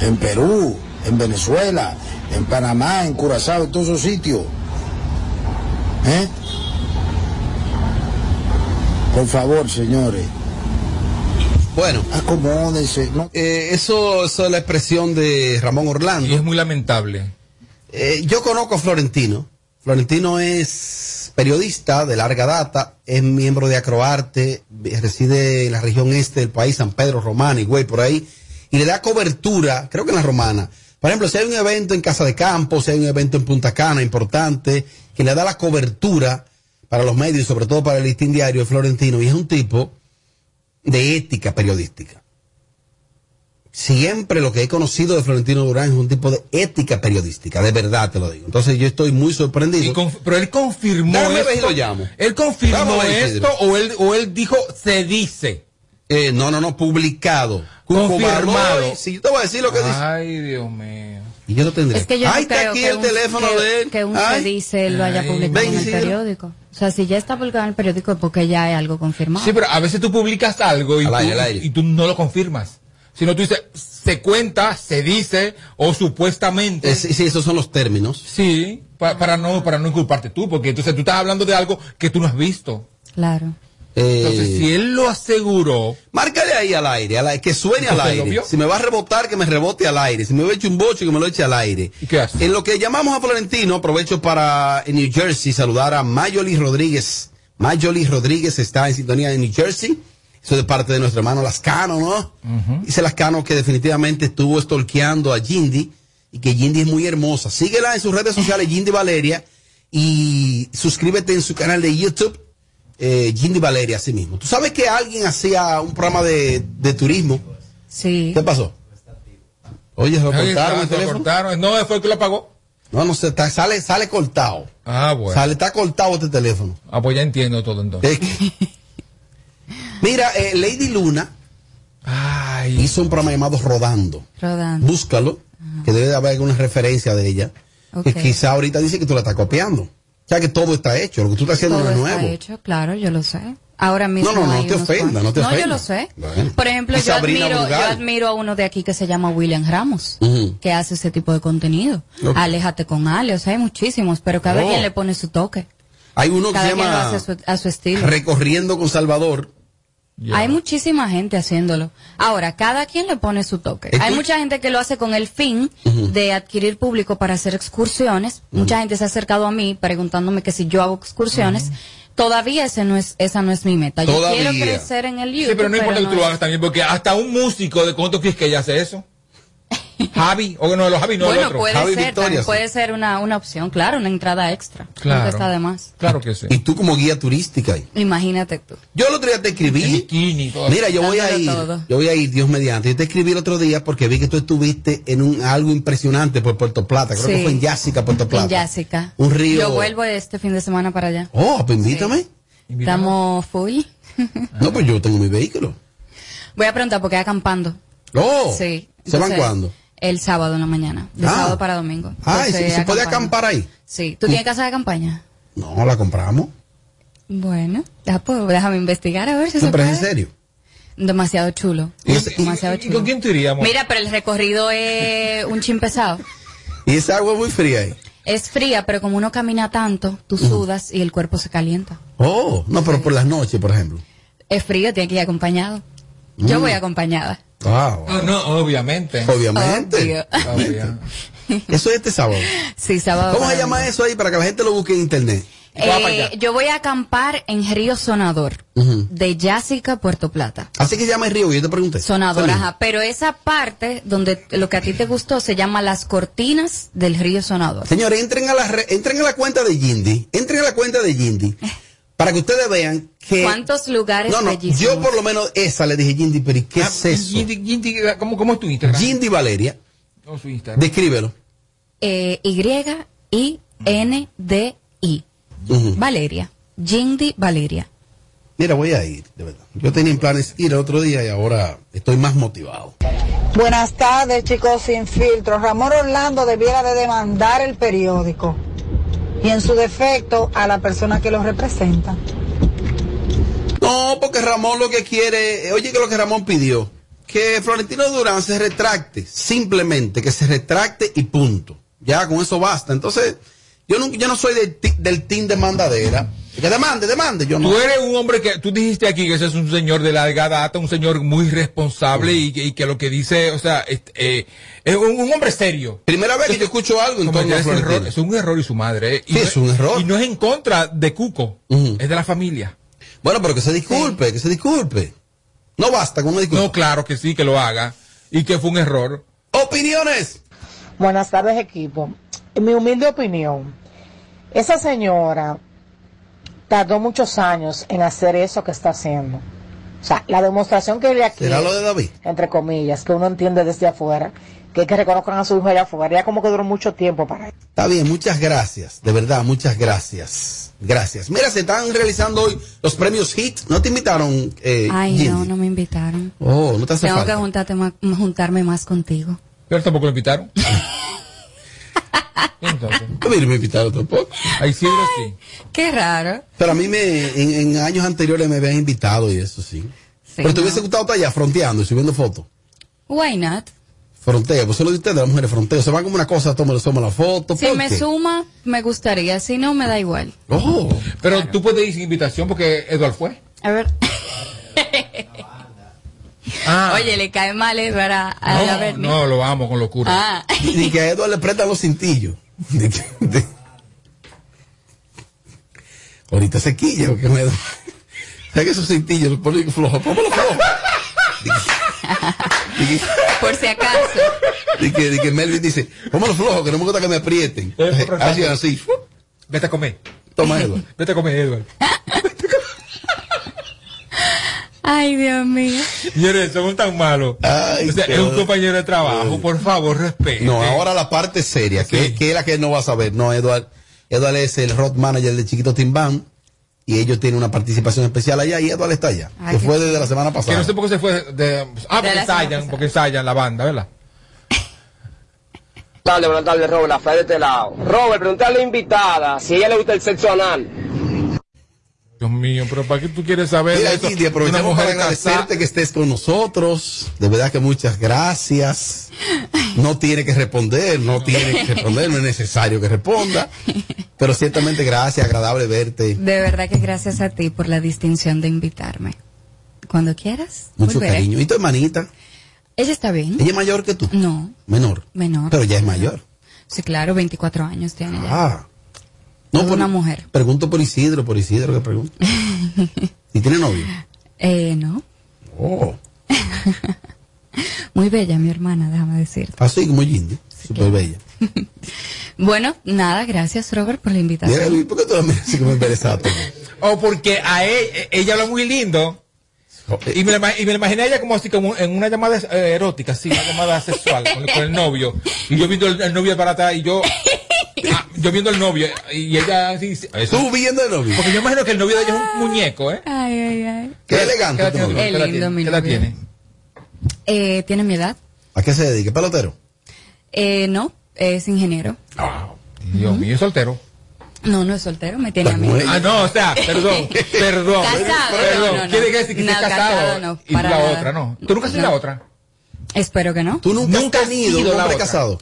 Speaker 7: en Perú, en Venezuela, en Panamá, en Curazao, en todos esos sitios. ¿Eh? Por favor, señores.
Speaker 12: Bueno.
Speaker 7: Acomódense. ¿no?
Speaker 12: Eh, eso, eso es la expresión de Ramón Orlando. es muy lamentable. yo conozco a Florentino. Florentino es periodista de larga data, es miembro de Acroarte, eh, reside en la región este del país, San Pedro, Romana, y güey, por ahí, y le da cobertura, creo que en la Romana. Por ejemplo, si hay un evento en Casa de Campo, si hay un evento en Punta Cana importante, que le da la cobertura para los medios y sobre todo para el listín diario de Florentino, y es un tipo de ética periodística siempre lo que he conocido de Florentino Durán es un tipo de ética periodística, de verdad te lo digo. Entonces yo estoy muy sorprendido.
Speaker 13: Pero él confirmó
Speaker 12: Dame
Speaker 13: esto.
Speaker 12: ve y lo llamo.
Speaker 13: Él confirmó
Speaker 12: Dame ve y te
Speaker 13: esto
Speaker 12: diré.
Speaker 13: o él, o él dijo se dice.
Speaker 12: Eh, no, no, no, publicado.
Speaker 13: Confirmado.
Speaker 12: Cobaló, Si yo te voy a decir lo que dice.
Speaker 13: Ay, Dios mío.
Speaker 12: Y yo lo tendré.
Speaker 1: Es que yo no
Speaker 12: Ahí está
Speaker 1: creo
Speaker 12: aquí
Speaker 1: que
Speaker 12: el
Speaker 1: un-
Speaker 12: teléfono
Speaker 1: que-
Speaker 12: de él.
Speaker 1: que un
Speaker 12: Ay.
Speaker 1: se dice lo haya
Speaker 13: Ay.
Speaker 1: publicado
Speaker 13: Ven,
Speaker 1: en el
Speaker 13: Isidro.
Speaker 1: periódico. O sea, si ya está publicado en el periódico es porque ya hay algo confirmado.
Speaker 13: Sí, pero a veces tú publicas algo y, tú,
Speaker 12: aire, al aire.
Speaker 13: y tú no lo confirmas. Sino tú dices, se cuenta, se dice o supuestamente.
Speaker 12: sí, esos son los términos.
Speaker 13: Sí, pa- para, no, para no inculparte tú, porque entonces tú estás hablando de algo que tú no has visto.
Speaker 1: Claro.
Speaker 13: Entonces, si él lo aseguró.
Speaker 12: Eh, Márcale ahí al aire, al aire, que suene al
Speaker 13: ¿Usted lo
Speaker 12: aire.
Speaker 13: vio?
Speaker 12: Si me va a rebotar, que me rebote al aire. Si me va a echar un bocho, que me lo eche al aire. En lo que llamamos a Florentino, aprovecho para en New Jersey saludar a Mayoli Rodríguez. Mayoli Rodríguez está en sintonía de New Jersey. Eso de parte de nuestro hermano Lascano, ¿no? Dice Lascano que definitivamente estuvo estolqueando a Jindy y que Jindy es muy hermosa. Síguela en sus redes sociales, Jindy Valeria, y suscríbete en su canal de YouTube, eh, Jindy Valeria, así mismo. ¿Tú sabes que alguien hacía un programa de, de turismo?
Speaker 1: Sí.
Speaker 12: ¿Qué pasó? Oye, se lo
Speaker 13: Ahí está,
Speaker 12: cortaron el
Speaker 13: se lo
Speaker 12: teléfono.
Speaker 13: cortaron. No, fue el que lo apagó.
Speaker 12: No, no, se está- sale, sale cortado.
Speaker 13: Ah, bueno.
Speaker 12: Sale, está cortado este teléfono.
Speaker 13: Ah, pues ya entiendo todo entonces.
Speaker 12: Es que- Mira, eh, Lady Luna hizo un programa llamado Rodando.
Speaker 1: Rodando.
Speaker 12: Búscalo, que debe de haber alguna referencia de ella.
Speaker 1: Ok.
Speaker 12: Que quizá ahorita dice que tú la estás copiando. O sea que todo está hecho, lo que tú estás haciendo
Speaker 1: Todo
Speaker 12: no es
Speaker 1: está
Speaker 12: nuevo.
Speaker 1: hecho, claro, yo lo sé. Ahora mismo
Speaker 12: No, no, no
Speaker 1: hay
Speaker 12: te
Speaker 1: unos
Speaker 12: ofenda,
Speaker 1: cuantos.
Speaker 12: no te
Speaker 1: yo
Speaker 12: ofenda.
Speaker 1: lo sé.
Speaker 12: Bueno.
Speaker 1: Por ejemplo,
Speaker 12: Y
Speaker 1: yo
Speaker 12: Sabrina
Speaker 1: admiro, yo
Speaker 12: Brugal.
Speaker 1: admiro a uno de aquí que se llama William Ramos,
Speaker 12: Ujú.
Speaker 1: que hace ese tipo de contenido.
Speaker 12: Ok.
Speaker 1: Aléjate con Ale, o sea, hay muchísimos, pero cada
Speaker 12: Oh.
Speaker 1: quien le pone su toque.
Speaker 12: Hay uno que
Speaker 1: cada
Speaker 12: se
Speaker 1: quien lo
Speaker 12: llama
Speaker 1: hace a su, a su estilo.
Speaker 12: Recorriendo con Salvador.
Speaker 1: Hay muchísima gente haciéndolo. Ahora, cada quien le pone su toque. Hay mucha gente que lo hace con el fin de adquirir público para hacer excursiones. Mucha gente se ha acercado a mí preguntándome que si yo hago excursiones. Todavía ese no es, esa no es mi meta. Yo quiero crecer en el
Speaker 13: Sí,
Speaker 1: YouTube.
Speaker 13: pero no importa que tú lo hagas también, porque hasta un músico de cuánto crees que ella hace
Speaker 1: (laughs)
Speaker 13: eso. Javi, o no, los Javi no, el
Speaker 1: bueno,
Speaker 13: otro.
Speaker 1: puede
Speaker 13: Javi
Speaker 1: ser,
Speaker 13: Victoria,
Speaker 1: también
Speaker 13: sí.
Speaker 1: puede ser una, una opción, claro, una entrada extra.
Speaker 12: Claro.
Speaker 1: Nunca está de más.
Speaker 13: Claro que sí.
Speaker 12: Y tú como guía turística ahí.
Speaker 1: Imagínate tú.
Speaker 12: Yo el otro día te escribí.
Speaker 13: todo.
Speaker 12: Mira, yo voy a
Speaker 1: Dándolo
Speaker 12: ir.
Speaker 1: todo.
Speaker 12: Yo voy a ir, Dios mediante. Yo te escribí el otro día porque vi que tú estuviste en un algo impresionante por Puerto Plata. Creo
Speaker 1: Sí.
Speaker 12: que fue en Jásica, Puerto Plata.
Speaker 1: En Jessica.
Speaker 12: Un río.
Speaker 1: Yo vuelvo este fin de semana para allá.
Speaker 12: Oh, pues invítame.
Speaker 1: Estamos full.
Speaker 12: No, pues yo tengo mi vehículo.
Speaker 1: Voy a preguntar porque acampando.
Speaker 12: No.
Speaker 1: Sí.
Speaker 12: ¿Se van
Speaker 1: Entonces,
Speaker 12: cuándo?
Speaker 1: El sábado en la mañana. De
Speaker 12: Ah.
Speaker 1: sábado para domingo.
Speaker 12: Ah, ¿y
Speaker 1: Entonces,
Speaker 12: ¿se, se puede
Speaker 1: acampando.
Speaker 12: acampar ahí?
Speaker 1: Sí. ¿Tú tienes casa de campaña?
Speaker 12: No, la compramos.
Speaker 1: Bueno, ya, pues, déjame investigar a ver si
Speaker 12: No,
Speaker 1: se
Speaker 12: pero es en
Speaker 1: puede.
Speaker 12: serio.
Speaker 1: Demasiado chulo.
Speaker 12: Y, ese- y-
Speaker 1: Demasiado
Speaker 13: ¿Y con
Speaker 1: chulo.
Speaker 13: quién tú irías, amor?
Speaker 1: Mira, pero el recorrido es un chin pesado.
Speaker 12: y esa agua es muy fría ahí.
Speaker 1: Es fría, pero como uno camina tanto, tú sudas y el cuerpo se calienta.
Speaker 12: Oh, no, pero por las noches, por ejemplo.
Speaker 1: Es frío, tiene que ir acompañado. Yo
Speaker 12: Mm.
Speaker 1: voy acompañada.
Speaker 12: Ah, bueno.
Speaker 13: No, no, obviamente.
Speaker 12: Obviamente.
Speaker 1: Obvio.
Speaker 12: (laughs) Eso es este sábado.
Speaker 1: Sí, sábado.
Speaker 12: ¿Cómo se
Speaker 1: para
Speaker 12: llama
Speaker 1: domingo.
Speaker 12: eso ahí para que la gente lo busque en internet? Va para allá.
Speaker 1: Eh, yo voy a acampar en Río Sonador.
Speaker 12: Ujú.
Speaker 1: de Jásica, Puerto Plata.
Speaker 12: Así que se llama el río, que yo te pregunté.
Speaker 1: Sonador,
Speaker 12: Está bien.
Speaker 1: ajá. Pero esa parte donde lo que a ti te gustó se llama Las Cortinas del Río Sonador. Eh.
Speaker 12: Señores, entren a la, re- entren a la cuenta de Jindy. Entren a la cuenta de Jindy. Para que ustedes vean que.
Speaker 1: ¿Cuántos lugares
Speaker 12: eh, No, no,
Speaker 1: bellísimos?
Speaker 12: yo por lo menos esa le dije, Jindy, pero ¿y ¿qué es eso?
Speaker 13: Ah, ¿cómo, ¿Cómo es tu Instagram?
Speaker 12: Jindy Valeria,
Speaker 13: No, su Instagram.
Speaker 12: descríbelo.
Speaker 1: Eh, Y-I-N-D-I.
Speaker 12: Ujú.
Speaker 1: Valeria. Jindy Valeria.
Speaker 12: Mira, voy a ir, de verdad. Yo tenía en planes ir el otro día y ahora estoy más motivado.
Speaker 6: Buenas tardes, chicos sin filtro. Ramón Orlando debiera de demandar el periódico y en su defecto a la persona que lo representa.
Speaker 12: No, porque Ramón lo que quiere, eh, oye que lo que Ramón pidió, que Florentino Durán se retracte, simplemente, que se retracte y punto. Ya con eso basta. Entonces, yo no, yo no soy del, ti- del team de mandadera. Que demande, demande, yo no.
Speaker 13: Tú eres un hombre que, tú dijiste aquí que ese es un señor de larga data, un señor muy responsable y, que- y que lo que dice, o sea, es, eh, es un, un hombre serio.
Speaker 12: Primera vez que yo escucho algo en torno a
Speaker 13: Cometer ese
Speaker 12: Florentino.
Speaker 13: error, Es un error y su madre. eh, y
Speaker 12: Sí,
Speaker 13: no-
Speaker 12: es un error.
Speaker 13: Y no es en contra de Cuco, es de la familia.
Speaker 12: Bueno, pero que se disculpe, que se disculpe. No basta con una disculpa.
Speaker 13: No, claro que sí, que lo haga. Y que fue un error.
Speaker 12: Opiniones.
Speaker 6: Buenas tardes, equipo. En mi humilde opinión, esa señora tardó muchos años en hacer eso que está haciendo. O sea, la demostración que le aquí,
Speaker 12: ¿Será lo de David?
Speaker 6: entre comillas, que uno entiende desde afuera, que hay que reconozcan a su hijo allá afuera, ya como que duró mucho tiempo para eso.
Speaker 12: Está bien, muchas gracias, de verdad, muchas gracias. Gracias. Mira, se están realizando hoy los premios HIT. ¿No te invitaron, eh,
Speaker 1: Ay,
Speaker 12: Jindy?
Speaker 1: no, no me invitaron.
Speaker 12: Oh, no te hace
Speaker 1: Tengo
Speaker 12: falta.
Speaker 1: que juntarte ma- juntarme más contigo.
Speaker 13: Pero tampoco lo
Speaker 1: (laughs)
Speaker 13: invitaron.
Speaker 12: A mí no me invitaron tampoco.
Speaker 13: Ahí sí, sí.
Speaker 1: Qué raro.
Speaker 12: Pero a mí me, en, en años anteriores me habían invitado y eso sí. Pero te
Speaker 1: no.
Speaker 12: hubiese gustado estar allá fronteando y subiendo fotos.
Speaker 1: Why not?
Speaker 12: Fronteo, pues eso lo de ustedes, las mujeres fronteo. Se van como una cosa, toman, toman la foto.
Speaker 1: Si
Speaker 12: ¿por
Speaker 1: me
Speaker 12: qué?
Speaker 1: suma, me gustaría. Si no, me da igual.
Speaker 12: Oh.
Speaker 13: Pero tú puedes ir sin invitación porque Eduardo fue.
Speaker 1: A ver.
Speaker 13: Ah.
Speaker 1: Oye, le cae mal, es verdad. A la
Speaker 13: No,
Speaker 1: ver-
Speaker 13: no, lo amo con locura.
Speaker 1: Ah.
Speaker 12: Ni que a Eduardo le prestan los cintillos. Ni que- de- Ahorita se quilla, porque me da. ¿Sabes que esos cintillos los ponen flojos? Pónmelo flojo. Di que- di
Speaker 1: Por si acaso.
Speaker 12: que, di que, di que Melvin dice, pónmelo flojo, que no me gusta que me aprieten. Así, así.
Speaker 13: Vete a comer.
Speaker 12: Toma, Eduardo.
Speaker 13: Vete a comer, Eduardo.
Speaker 1: Ay, Dios mío.
Speaker 13: Señores, somos tan malos.
Speaker 12: Ay,
Speaker 13: o sea, es
Speaker 12: Dios.
Speaker 13: un compañero de trabajo. Por favor, respete.
Speaker 12: No, ahora la parte seria, que, que es la que él no va a saber. No, Eduard, Eduard es el road manager de Chiquito Timbán y ellos tienen una participación especial allá y Eduard está allá.
Speaker 13: Ay,
Speaker 12: que
Speaker 13: qué
Speaker 12: fue
Speaker 13: chulo.
Speaker 12: desde la semana
Speaker 13: Que no
Speaker 12: pasada.
Speaker 13: sé por qué se fue de. Ah,
Speaker 11: De la
Speaker 13: porque
Speaker 11: semana
Speaker 13: ensayan, porque ensayan la banda, ¿verdad?
Speaker 11: Buenas tardes, buenas tardes, Robert, la fe de este lado. Robert, preguntarle a la invitada si a ella le gusta el sexo anal.
Speaker 13: Dios mío, pero ¿para qué tú quieres saber?
Speaker 12: Mira,
Speaker 13: eso?
Speaker 12: Gidi,
Speaker 13: Una
Speaker 12: aprovechamos
Speaker 13: mujer
Speaker 12: para agradecerte
Speaker 13: casada.
Speaker 12: que estés con nosotros. De verdad que muchas gracias. No tiene que responder, no tiene que responder, no es necesario que responda. Pero ciertamente gracias, agradable verte.
Speaker 1: De verdad que gracias a ti por la distinción de invitarme. Cuando quieras.
Speaker 12: Mucho
Speaker 1: volveré.
Speaker 12: cariño. ¿Y tu hermanita?
Speaker 1: Ella está bien.
Speaker 12: ¿Ella es mayor que tú?
Speaker 1: No,
Speaker 12: Menor.
Speaker 1: menor.
Speaker 12: Pero ya es mayor.
Speaker 1: Sí, claro, 24 años tiene. ella.
Speaker 12: Ah. No,
Speaker 1: Es
Speaker 12: por-
Speaker 1: una mujer.
Speaker 12: Pregunto por Isidro, por Isidro que
Speaker 1: (laughs)
Speaker 12: pregunto. ¿Y tiene novio?
Speaker 1: Eh, no.
Speaker 12: Oh.
Speaker 1: (laughs) Muy bella mi hermana, déjame decirte.
Speaker 12: Así como Jindy. Súper bella.
Speaker 1: Bueno, nada, gracias Robert por la
Speaker 12: Mira,
Speaker 1: invitación.
Speaker 12: Luis, ¿por qué tú la miras así como interesada?
Speaker 13: O porque a él, ella habla muy lindo.
Speaker 12: Oh, eh.
Speaker 13: Y me, la, ima- y me la imaginé a ella como así, como en una llamada eh, erótica, así, una llamada sexual con, con el novio. Y yo viendo el, el novio para atrás y yo. ah, yo viendo el novio y ella así.
Speaker 12: ¿Tú viendo el novio?
Speaker 13: Porque yo imagino que el novio de ella es un muñeco, ¿eh?
Speaker 1: Ay, ay, ay.
Speaker 12: Qué
Speaker 13: ¿Qué
Speaker 12: elegante
Speaker 13: edad
Speaker 12: tu
Speaker 13: tiene?
Speaker 12: novio.
Speaker 13: ¿Qué edad
Speaker 1: Qué lindo
Speaker 13: tiene?
Speaker 1: mi
Speaker 13: ¿Qué edad
Speaker 1: novio.
Speaker 13: tiene?
Speaker 1: Eh, ¿Tiene mi edad?
Speaker 12: ¿A qué se dedica? ¿Pelotero?
Speaker 1: Eh, no, es ingeniero.
Speaker 13: Dios mío, soltero.
Speaker 1: No, no es soltero, me tiene a mí.
Speaker 13: Ah, no, o sea,
Speaker 12: (laughs)
Speaker 13: perdón, perdón.
Speaker 1: Casado,
Speaker 13: perdón.
Speaker 1: no, no, no.
Speaker 13: Quiere decir que
Speaker 1: No,
Speaker 13: estés casado.
Speaker 1: casado no,
Speaker 13: y
Speaker 1: para
Speaker 13: la
Speaker 1: nada.
Speaker 13: otra, no. Tú nunca has sido
Speaker 1: No.
Speaker 13: la otra.
Speaker 1: Espero que no.
Speaker 12: ¿Tú nunca,
Speaker 13: Nunca
Speaker 12: has tenido
Speaker 13: has sido
Speaker 12: un
Speaker 13: la
Speaker 12: hombre
Speaker 13: otra.
Speaker 12: casado?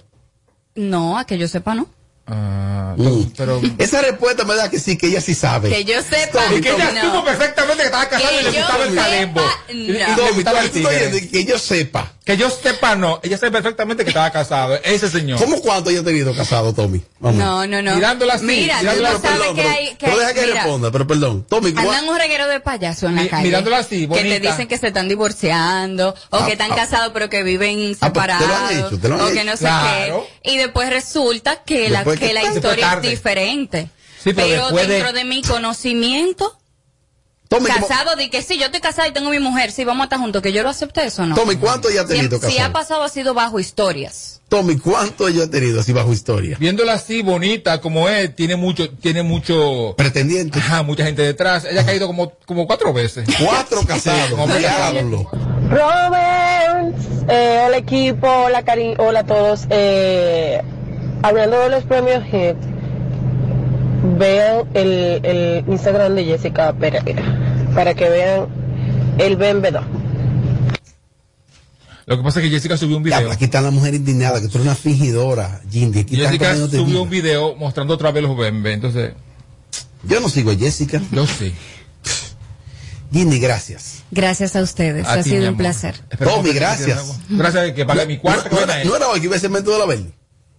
Speaker 1: No, a que yo sepa, no.
Speaker 13: Ah,
Speaker 12: Mm. Esa respuesta me da que sí, que ella sí sabe.
Speaker 1: Que yo sepa.
Speaker 13: Y que ella
Speaker 1: no.
Speaker 13: supo perfectamente que estaba casada y
Speaker 1: Que
Speaker 13: le
Speaker 1: yo
Speaker 13: gustaba el
Speaker 1: sepa,
Speaker 13: calembo. Y- y
Speaker 1: no.
Speaker 13: le
Speaker 1: Tommy,
Speaker 12: tú
Speaker 13: gustaba
Speaker 12: me
Speaker 13: el
Speaker 12: estás
Speaker 13: tigre.
Speaker 12: diciendo que yo sepa.
Speaker 13: Que yo sepa, no. Ella sabe perfectamente que estaba casado. Ese señor.
Speaker 12: ¿Cómo cuánto yo he tenido casado, Tommy? Vamos.
Speaker 1: No, no, no.
Speaker 13: Tirándola así,
Speaker 1: Mira, tú
Speaker 13: tirándola-
Speaker 1: no sabes
Speaker 12: Perdón,
Speaker 1: que
Speaker 12: pero-
Speaker 1: hay... Que
Speaker 12: pero
Speaker 1: hay-
Speaker 12: deja que
Speaker 1: mira,
Speaker 12: responda, pero perdón. Tommy, ¿cuá-
Speaker 1: Andan un reguero de payaso en la
Speaker 12: Mi-
Speaker 1: calle.
Speaker 12: mirándola así,
Speaker 1: Que te
Speaker 12: bonita.
Speaker 1: dicen que se están divorciando, o
Speaker 12: Ah,
Speaker 1: que están
Speaker 12: ah.
Speaker 1: casados pero que viven
Speaker 12: Ah, pues, te lo han
Speaker 1: separados,
Speaker 12: hecho, te lo han
Speaker 1: o
Speaker 12: hecho.
Speaker 1: que no sé
Speaker 12: Claro.
Speaker 1: qué. Y después resulta que la,
Speaker 12: Después
Speaker 1: que
Speaker 12: que-
Speaker 1: la
Speaker 12: Después
Speaker 1: historia es
Speaker 12: tarde.
Speaker 1: diferente.
Speaker 12: Sí, pero
Speaker 1: pero
Speaker 12: después de-
Speaker 1: dentro de... mi conocimiento,
Speaker 12: Tommy, como-
Speaker 1: casado, di que sí, yo estoy casada y tengo mi mujer, sí, vamos a estar juntos, que yo lo acepté eso, ¿no?
Speaker 12: Tommy, ¿cuántos ya has
Speaker 1: Si,
Speaker 12: tenido
Speaker 1: si
Speaker 12: casado?
Speaker 1: ha pasado ha sido bajo historias.
Speaker 12: Tommy, ¿cuánto yo he tenido así bajo historia?
Speaker 13: Viéndola así, bonita como es, tiene mucho, tiene mucho
Speaker 12: pretendiente.
Speaker 13: Ajá, mucha gente detrás. Ella ha caído como, como cuatro veces.
Speaker 12: Cuatro
Speaker 13: casados.
Speaker 12: Diablo.
Speaker 14: Robert, eh, hola equipo, hola Cari, hola a todos. Eh, hablando de los premios HIT, vean el, el Instagram de Jessica Pereira para que vean el Benvedo.
Speaker 13: Lo que pasa es que Jessica subió un video.
Speaker 12: Aquí está la mujer indignada, que tú eres una fingidora, Jindy. Aquí tantos
Speaker 13: Jessica
Speaker 12: años de vida.
Speaker 13: subió un video mostrando otra vez los bembe, entonces.
Speaker 12: Yo no sigo a Jessica.
Speaker 13: Yo sí.
Speaker 12: Jindy, gracias.
Speaker 1: Gracias a ustedes,
Speaker 12: A
Speaker 1: ha
Speaker 12: ti, mi
Speaker 1: sido un
Speaker 12: amor.
Speaker 1: placer.
Speaker 12: Tommy, gracias.
Speaker 13: Gracias que pagué mi cuarto.
Speaker 12: No, era- no era hoy que iba a ser momento de la Berni.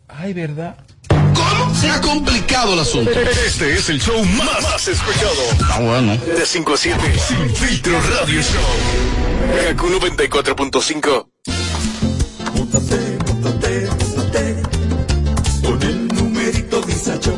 Speaker 13: Ay, verdad.
Speaker 2: ¿Cómo? Se ha complicado el asunto. Este es el show más, más escuchado.
Speaker 15: Ah, bueno.
Speaker 2: De 5 a 7. Sin filtro radio show. Kaku 94.5.
Speaker 3: Con el numerito Disachop,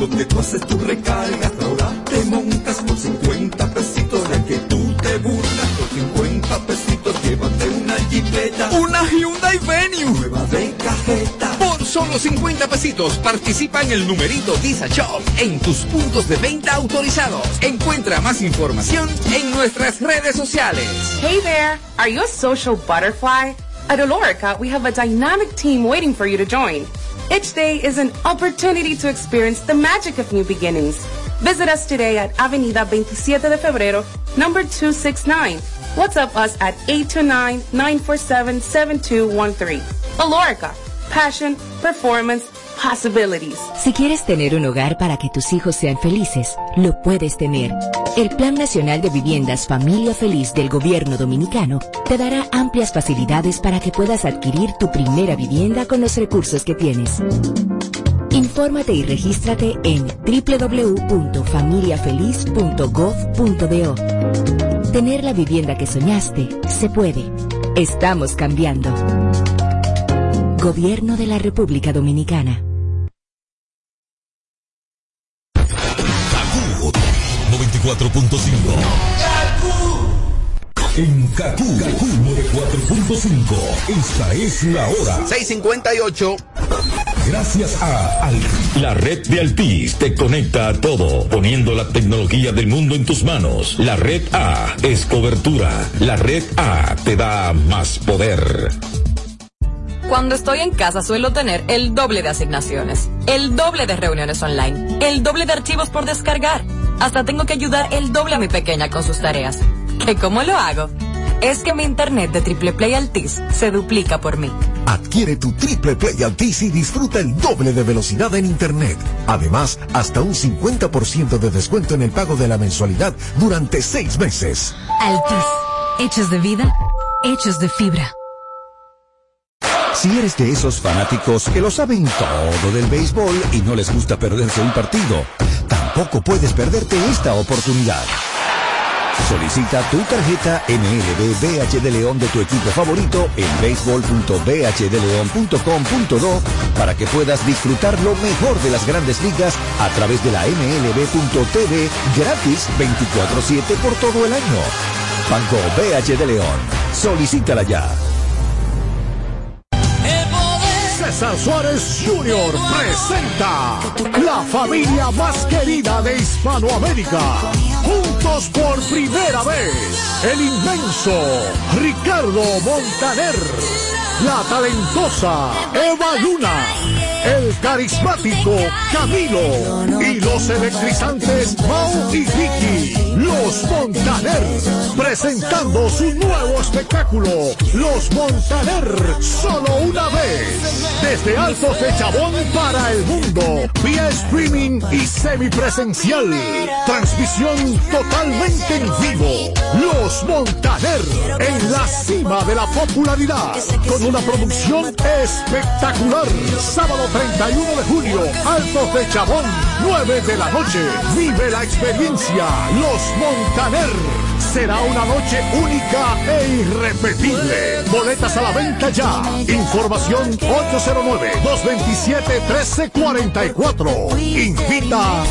Speaker 3: donde tú haces tu recarga, ahora te montas por 50 pesitos de que tú te burlas. Por 50 pesitos llévate una jipeta.
Speaker 4: Una Hyundai Venue. Nueva de cajeta. Por solo 50 pesitos participa en el numerito Visa Shop en tus puntos de venta autorizados. Encuentra más información en nuestras redes sociales.
Speaker 9: Hey there, are you a social butterfly? At Olorica, we have a dynamic team waiting for you to join. Each day is an opportunity to experience the magic of new beginnings. Visit us today at Avenida 27 de Febrero, number 269. WhatsApp us at 829-947-7213. Olorica, passion, performance, possibilities.
Speaker 5: Si quieres tener un hogar para que tus hijos sean felices, lo puedes tener. El Plan Nacional de Viviendas Familia Feliz del Gobierno Dominicano te dará amplias facilidades para que puedas adquirir tu primera vivienda con los recursos que tienes. Infórmate y regístrate en www.familiafeliz.gov.do. Tener la vivienda que soñaste se puede. Estamos cambiando. Gobierno de la República Dominicana.
Speaker 15: Kaku 94.5. En Kaku, Kaku 94.5. Esta es la hora.
Speaker 12: 658.
Speaker 15: Gracias a Altis. La red de Altis te conecta a todo, poniendo la tecnología del mundo en tus manos. La red A es cobertura. La red A te da más poder.
Speaker 16: Cuando estoy en casa suelo tener el doble de asignaciones, el doble de reuniones online, el doble de archivos por descargar. Hasta tengo que ayudar el doble a mi pequeña con sus tareas. ¿Que cómo lo hago? Es que mi internet de Triple Play Altis se duplica por mí.
Speaker 17: Adquiere tu Triple Play Altis y disfruta el doble de velocidad en Internet. Además, hasta un 50% de descuento en el pago de la mensualidad durante seis meses.
Speaker 18: Altis. Hechos de vida, hechos de fibra.
Speaker 15: Si eres de esos fanáticos que lo saben todo del béisbol y no les gusta perderse un partido, tampoco puedes perderte esta oportunidad. Solicita tu tarjeta MLB BH de León de tu equipo favorito en béisbol.bhdeleon.com.do para que puedas disfrutar lo mejor de las grandes ligas a través de la MLB.tv gratis 24-7 por todo el año. Banco BH de León. Solicítala ya.
Speaker 17: César Suárez Jr. presenta la familia más querida de Hispanoamérica. Juntos por primera vez, el inmenso Ricardo Montaner, la talentosa Eva Luna, el carismático Camilo y los electrizantes Mau y Vicky, los Montaner, presentando su nuevo espectáculo, Los Montaner, solo una vez. Desde Altos de Chabón para el mundo, vía streaming y semipresencial. Transmisión totalmente en vivo. Los Montaner, en la cima de la popularidad, con una producción espectacular. Sábado 31 de julio, Altos de Chabón, 9 de la noche. Vive la experiencia, Los Montaner. Será una noche única e irrepetible. Boletas a la venta ya. Información 809-227-1344. Invita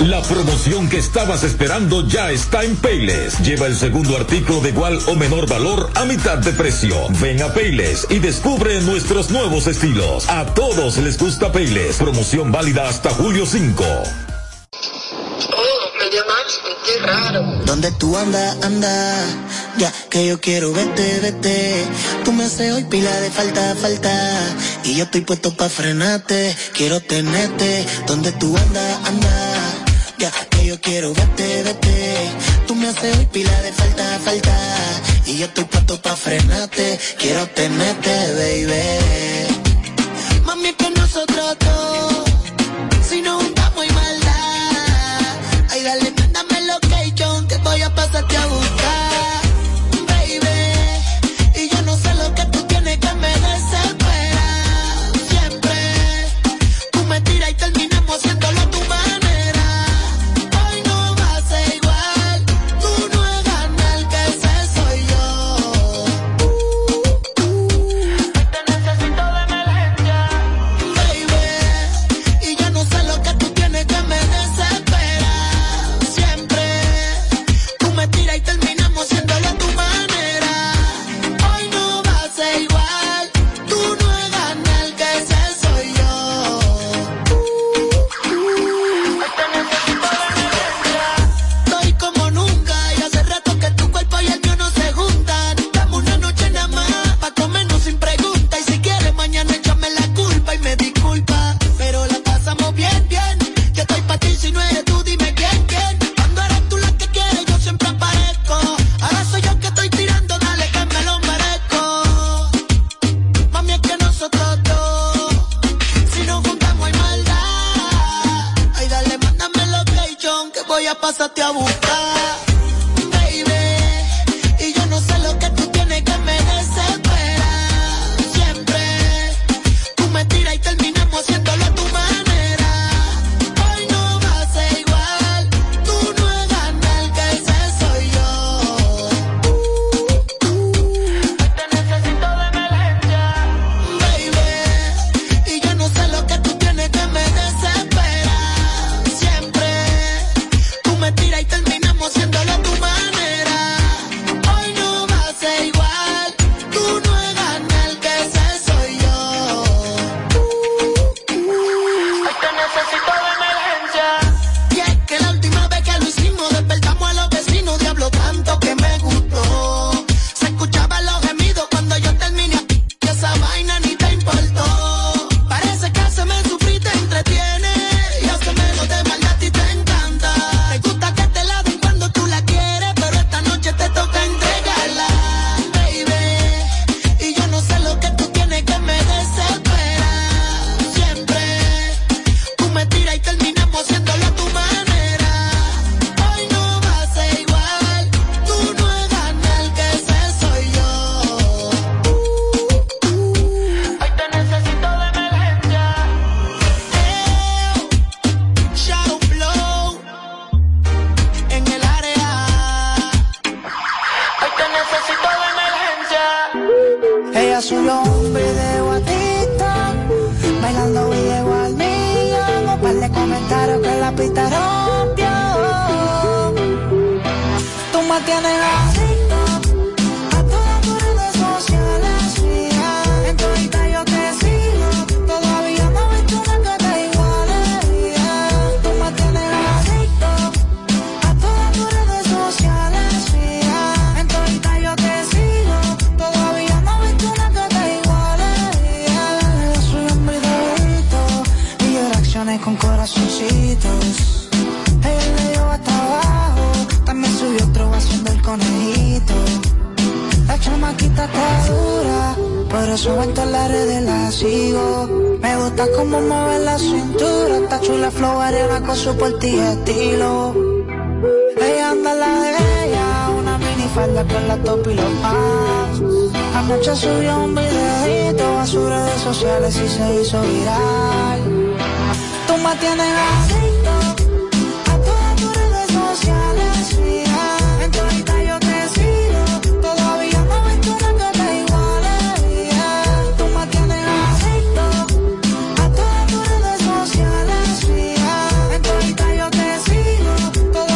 Speaker 8: La promoción que estabas esperando ya está en Payless. Lleva el segundo artículo de igual o menor valor a mitad de precio. Ven a Payless y descubre nuestros nuevos estilos. A todos les gusta Payless. Promoción válida hasta julio 5.
Speaker 10: Oh, me llamaste, qué raro.
Speaker 19: Donde tú andas, anda, ya que yo quiero verte, vete. Tú me haces hoy pila de falta, falta. Y yo estoy puesto pa' frenarte, quiero tenerte. Donde tú andas, anda, ya que yo quiero verte, vete. Tú me haces hoy pila de falta, falta. Y yo estoy puesto pa' frenarte, quiero tenerte, baby.
Speaker 10: Mami, es que no se trató. Si nos juntamos y maldad. Ay, dale, mándame location que voy a pasarte a buscar. Baby, y yo no sé lo que tú tienes que me desespera. Siempre tú me tiras y terminamos haciéndolo a tu manera. Hoy no va a ser igual. Tú no eres nada, el que sé soy yo. Baby, y yo no sé lo que tú tienes que me desespera. Siempre tú me tiras y terminamos haciéndolo a tu manera. Hoy no va a ser igual. Tú no ganas el que ese soy yo. Estoy como nunca y hace rato que tu cuerpo y el mío no se juntan. Dame una noche nada más pa' comernos sin pregunta. Y si quieres mañana échame la culpa y me disculpa. Pero la pasamos bien, bien. Yo estoy pa' ti si no eres tú, dime quién, quién. Cuando eres tú la que quieres, yo siempre aparezco. Ahora soy yo que estoy tirando, dale que me lo merezco. Mami, es que nosotros dos, si nos juntamos hay maldad. Ay, dale, mándame location que voy a pasarte a buscar. Baby, y yo no sé lo que tú tienes que me desespera. Siempre tú me tiras y terminamos haciéndolo a tu manera. Hoy no va a ser igual, tú no eres nada, el que ese soy yo. Baby, y yo no sé lo que tú tienes que me desespera. Siempre tú me tiras y terminamos haciéndolo a tu manera. Hoy no va a ser igual, tú no eres nada, el que ese soy yo. Hoy te necesito de emergencia. Y es que la última vez que lo hicimos despertamos a los vecinos, diablo tanto que me gustó. Se escuchaban los gemidos cuando yo terminé que esa vaina ni te importó. Parece que se me sufrí, te entretiene. Y hace menos de maldad y te encanta. Te gusta que te la den cuando tú la quieres, pero esta noche te toca entregarla, baby. Y yo no sé lo que tú tienes que me desespera. Siempre tú me tiras y terminamos haciéndolo a tu manera. Hoy no va a ser igual. Tú no eres nada, el que ese soy yo. Shadow Blow en el área. Hoy te necesito de emergencia.
Speaker 19: Ella subió un video a TikTok Bailando video al millón Un par de comentarios que la pista rompió Tú me tienes adicto A todas tus redes sociales, mía En tu Insta yo te sigo Todavía no he visto una que te iguale, mía Tú me tienes adicto a todas tus redes sociales, mía. En todita yo te sigo. Todavía no he visto una que te iguale, mía. Yo soy un videíto y yo reaccioné con corazoncitos. Ella le dio hasta abajo. También subió otro haciendo el conejito. La chamaquita está dura. Por eso en todas las redes la sigo. Me gusta cómo mueve la cintura. Está chula flow arena con su portillo estilo. Ella anda en la de ella, una minifalda con la top y los pants. Anoche subió un videito a sus redes sociales y se hizo viral. Tú me tienes adicto a todas tus redes sociales, mija. En tu Insta yo te sigo, todavía no he visto una que te iguale, mija. Tú me tienes adicto a todas tus redes sociales, mija. En tu Insta yo te sigo.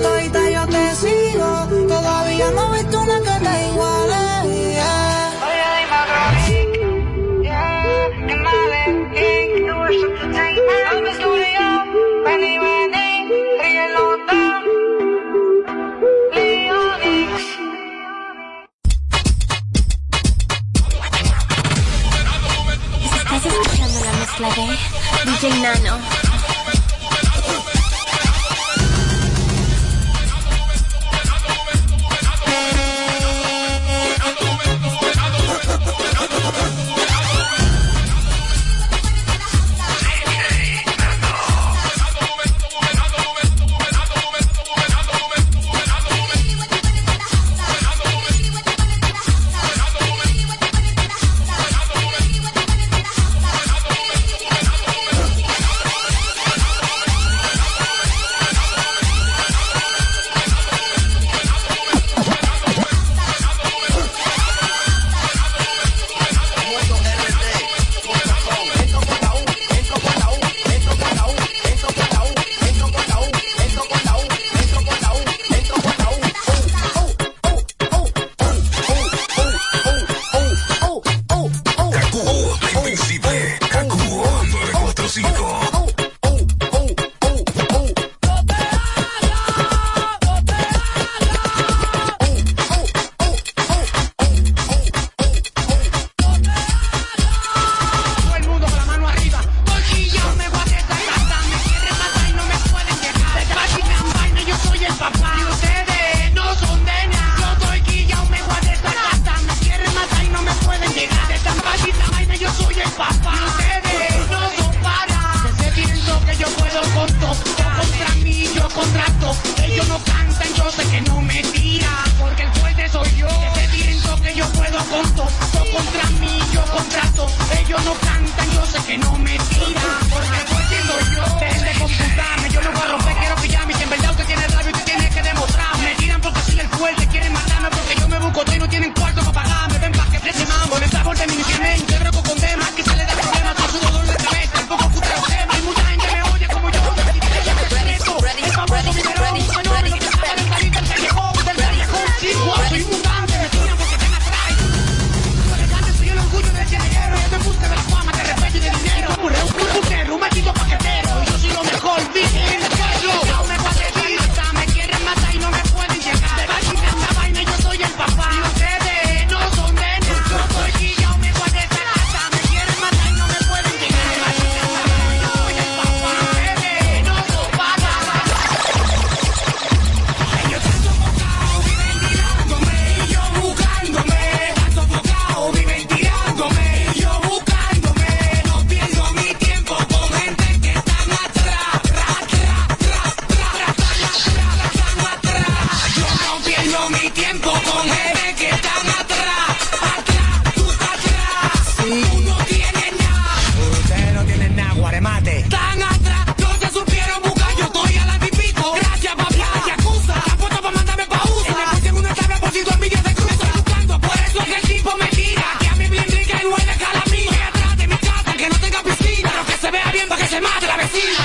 Speaker 19: todita yo te sigo. Todavía no he visto una que te iguale. yeah.
Speaker 20: Estás escuchando la mezcla de DJ Nano.
Speaker 2: Invencible. Kaku 945.
Speaker 10: Yo soy el papá y ustedes no son de nada. Yo soy quillao, me voy a desatar. Me quieren matar y no me pueden llegar. De tan bajita vaina yo soy el papá. Y ustedes no son para. Que se pienso que yo puedo con todo. Yo contra mí, yo contra todo. Ellos no cantan, yo sé que no me tiran. Porque el fuerte soy yo. Que se pienso que yo puedo con todo. Yo contra mí, yo contra todo. Ellos no cantan, yo sé que no me tiran. Porque el fuerte soy yo. Dejen de computarme, yo no voy a romper, quiero pillarme. Si en verdad usted tiene rabia, usted tiene que demostrarme. Me tiran porque soy el fuerte, quieren matarme porque yo me busco y no tienen cuarto para pagarme. Ven pa' que preste mambo, les sabor de mi instrumento. Te roco con temas que se le da problema, con su dolor de cabeza. Tampoco escucha los temas, hay mucha gente me oye como yo. El famoso biberón, un fenómeno que saca la salida del callejón, del callejón. Sí, guau, soy un mutante, me tiran porque están atrás. Soy elegante, soy el orgullo del callejero. Yo en busca de la fama, de respeto y de dinero. Un burrero, un putero, un maldito paquetero. Yo soy lo mejor, dije en el callo. Yo me voy a decir, hasta me quieren matar y no me pueden llegar. De vaina, esta vaina, yo soy el papá. Y ustedes no son de nada. Yo soy guillao, me voy a desatar. Hasta me quieren matar y no me pueden llegar. De vaina, esta vaina, yo soy el papá. Y ustedes no son para. Ellos están sofocados, viven tirándome. Y yo buscándome. Están sofocados, viven tirándome. Y yo buscándome. No pierdo mi tiempo con gente que están atrás. Yo no pierdo mi tiempo con gente que están atrás, atrás, tú estás atrás. Tú no tienes nada. Ustedes no tienen nada, guaremate. Están atrás, no se supieron buscar. Yo estoy a la pipito. Gracias, papá. Te acusa. La puesta para mandarme pa' USA. Le pusieron una tabla por si dos millas de cruza. Estoy buscando, por eso es que el tipo me tira. Que a mí bien rica y huele a calamina. Estoy atrás de mi casa, que no tenga piscina. Pero que se vea bien para que se mate la vecina.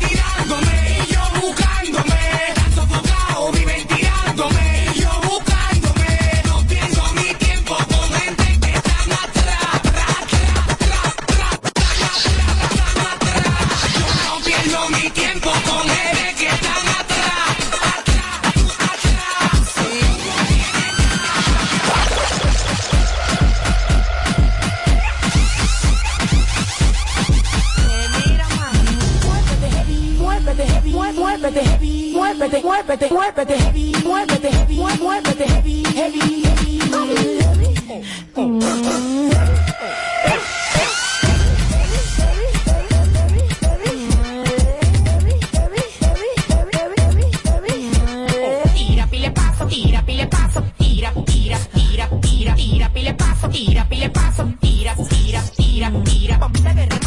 Speaker 10: tirándome, y yo buscándome, tan sofocado, viven tirándome, y yo buscándome, no pierdo mi tiempo con gente que están atrás, atrás, atrás, atrás, atrás, atrás, atrás, yo no pierdo mi tiempo con gente que están atrás, atrás, atrás, Muévete heavy, muévete heavy, muévete, muévete, muévete heavy, muévete heavy, muévete heavy, heavy, heavy.
Speaker 20: Oh, Tira, pile paso, tira, pile paso, tira, tira, tira, tira, tira, pile paso, tira, pile paso, tira, tira, tira, tira, ponte de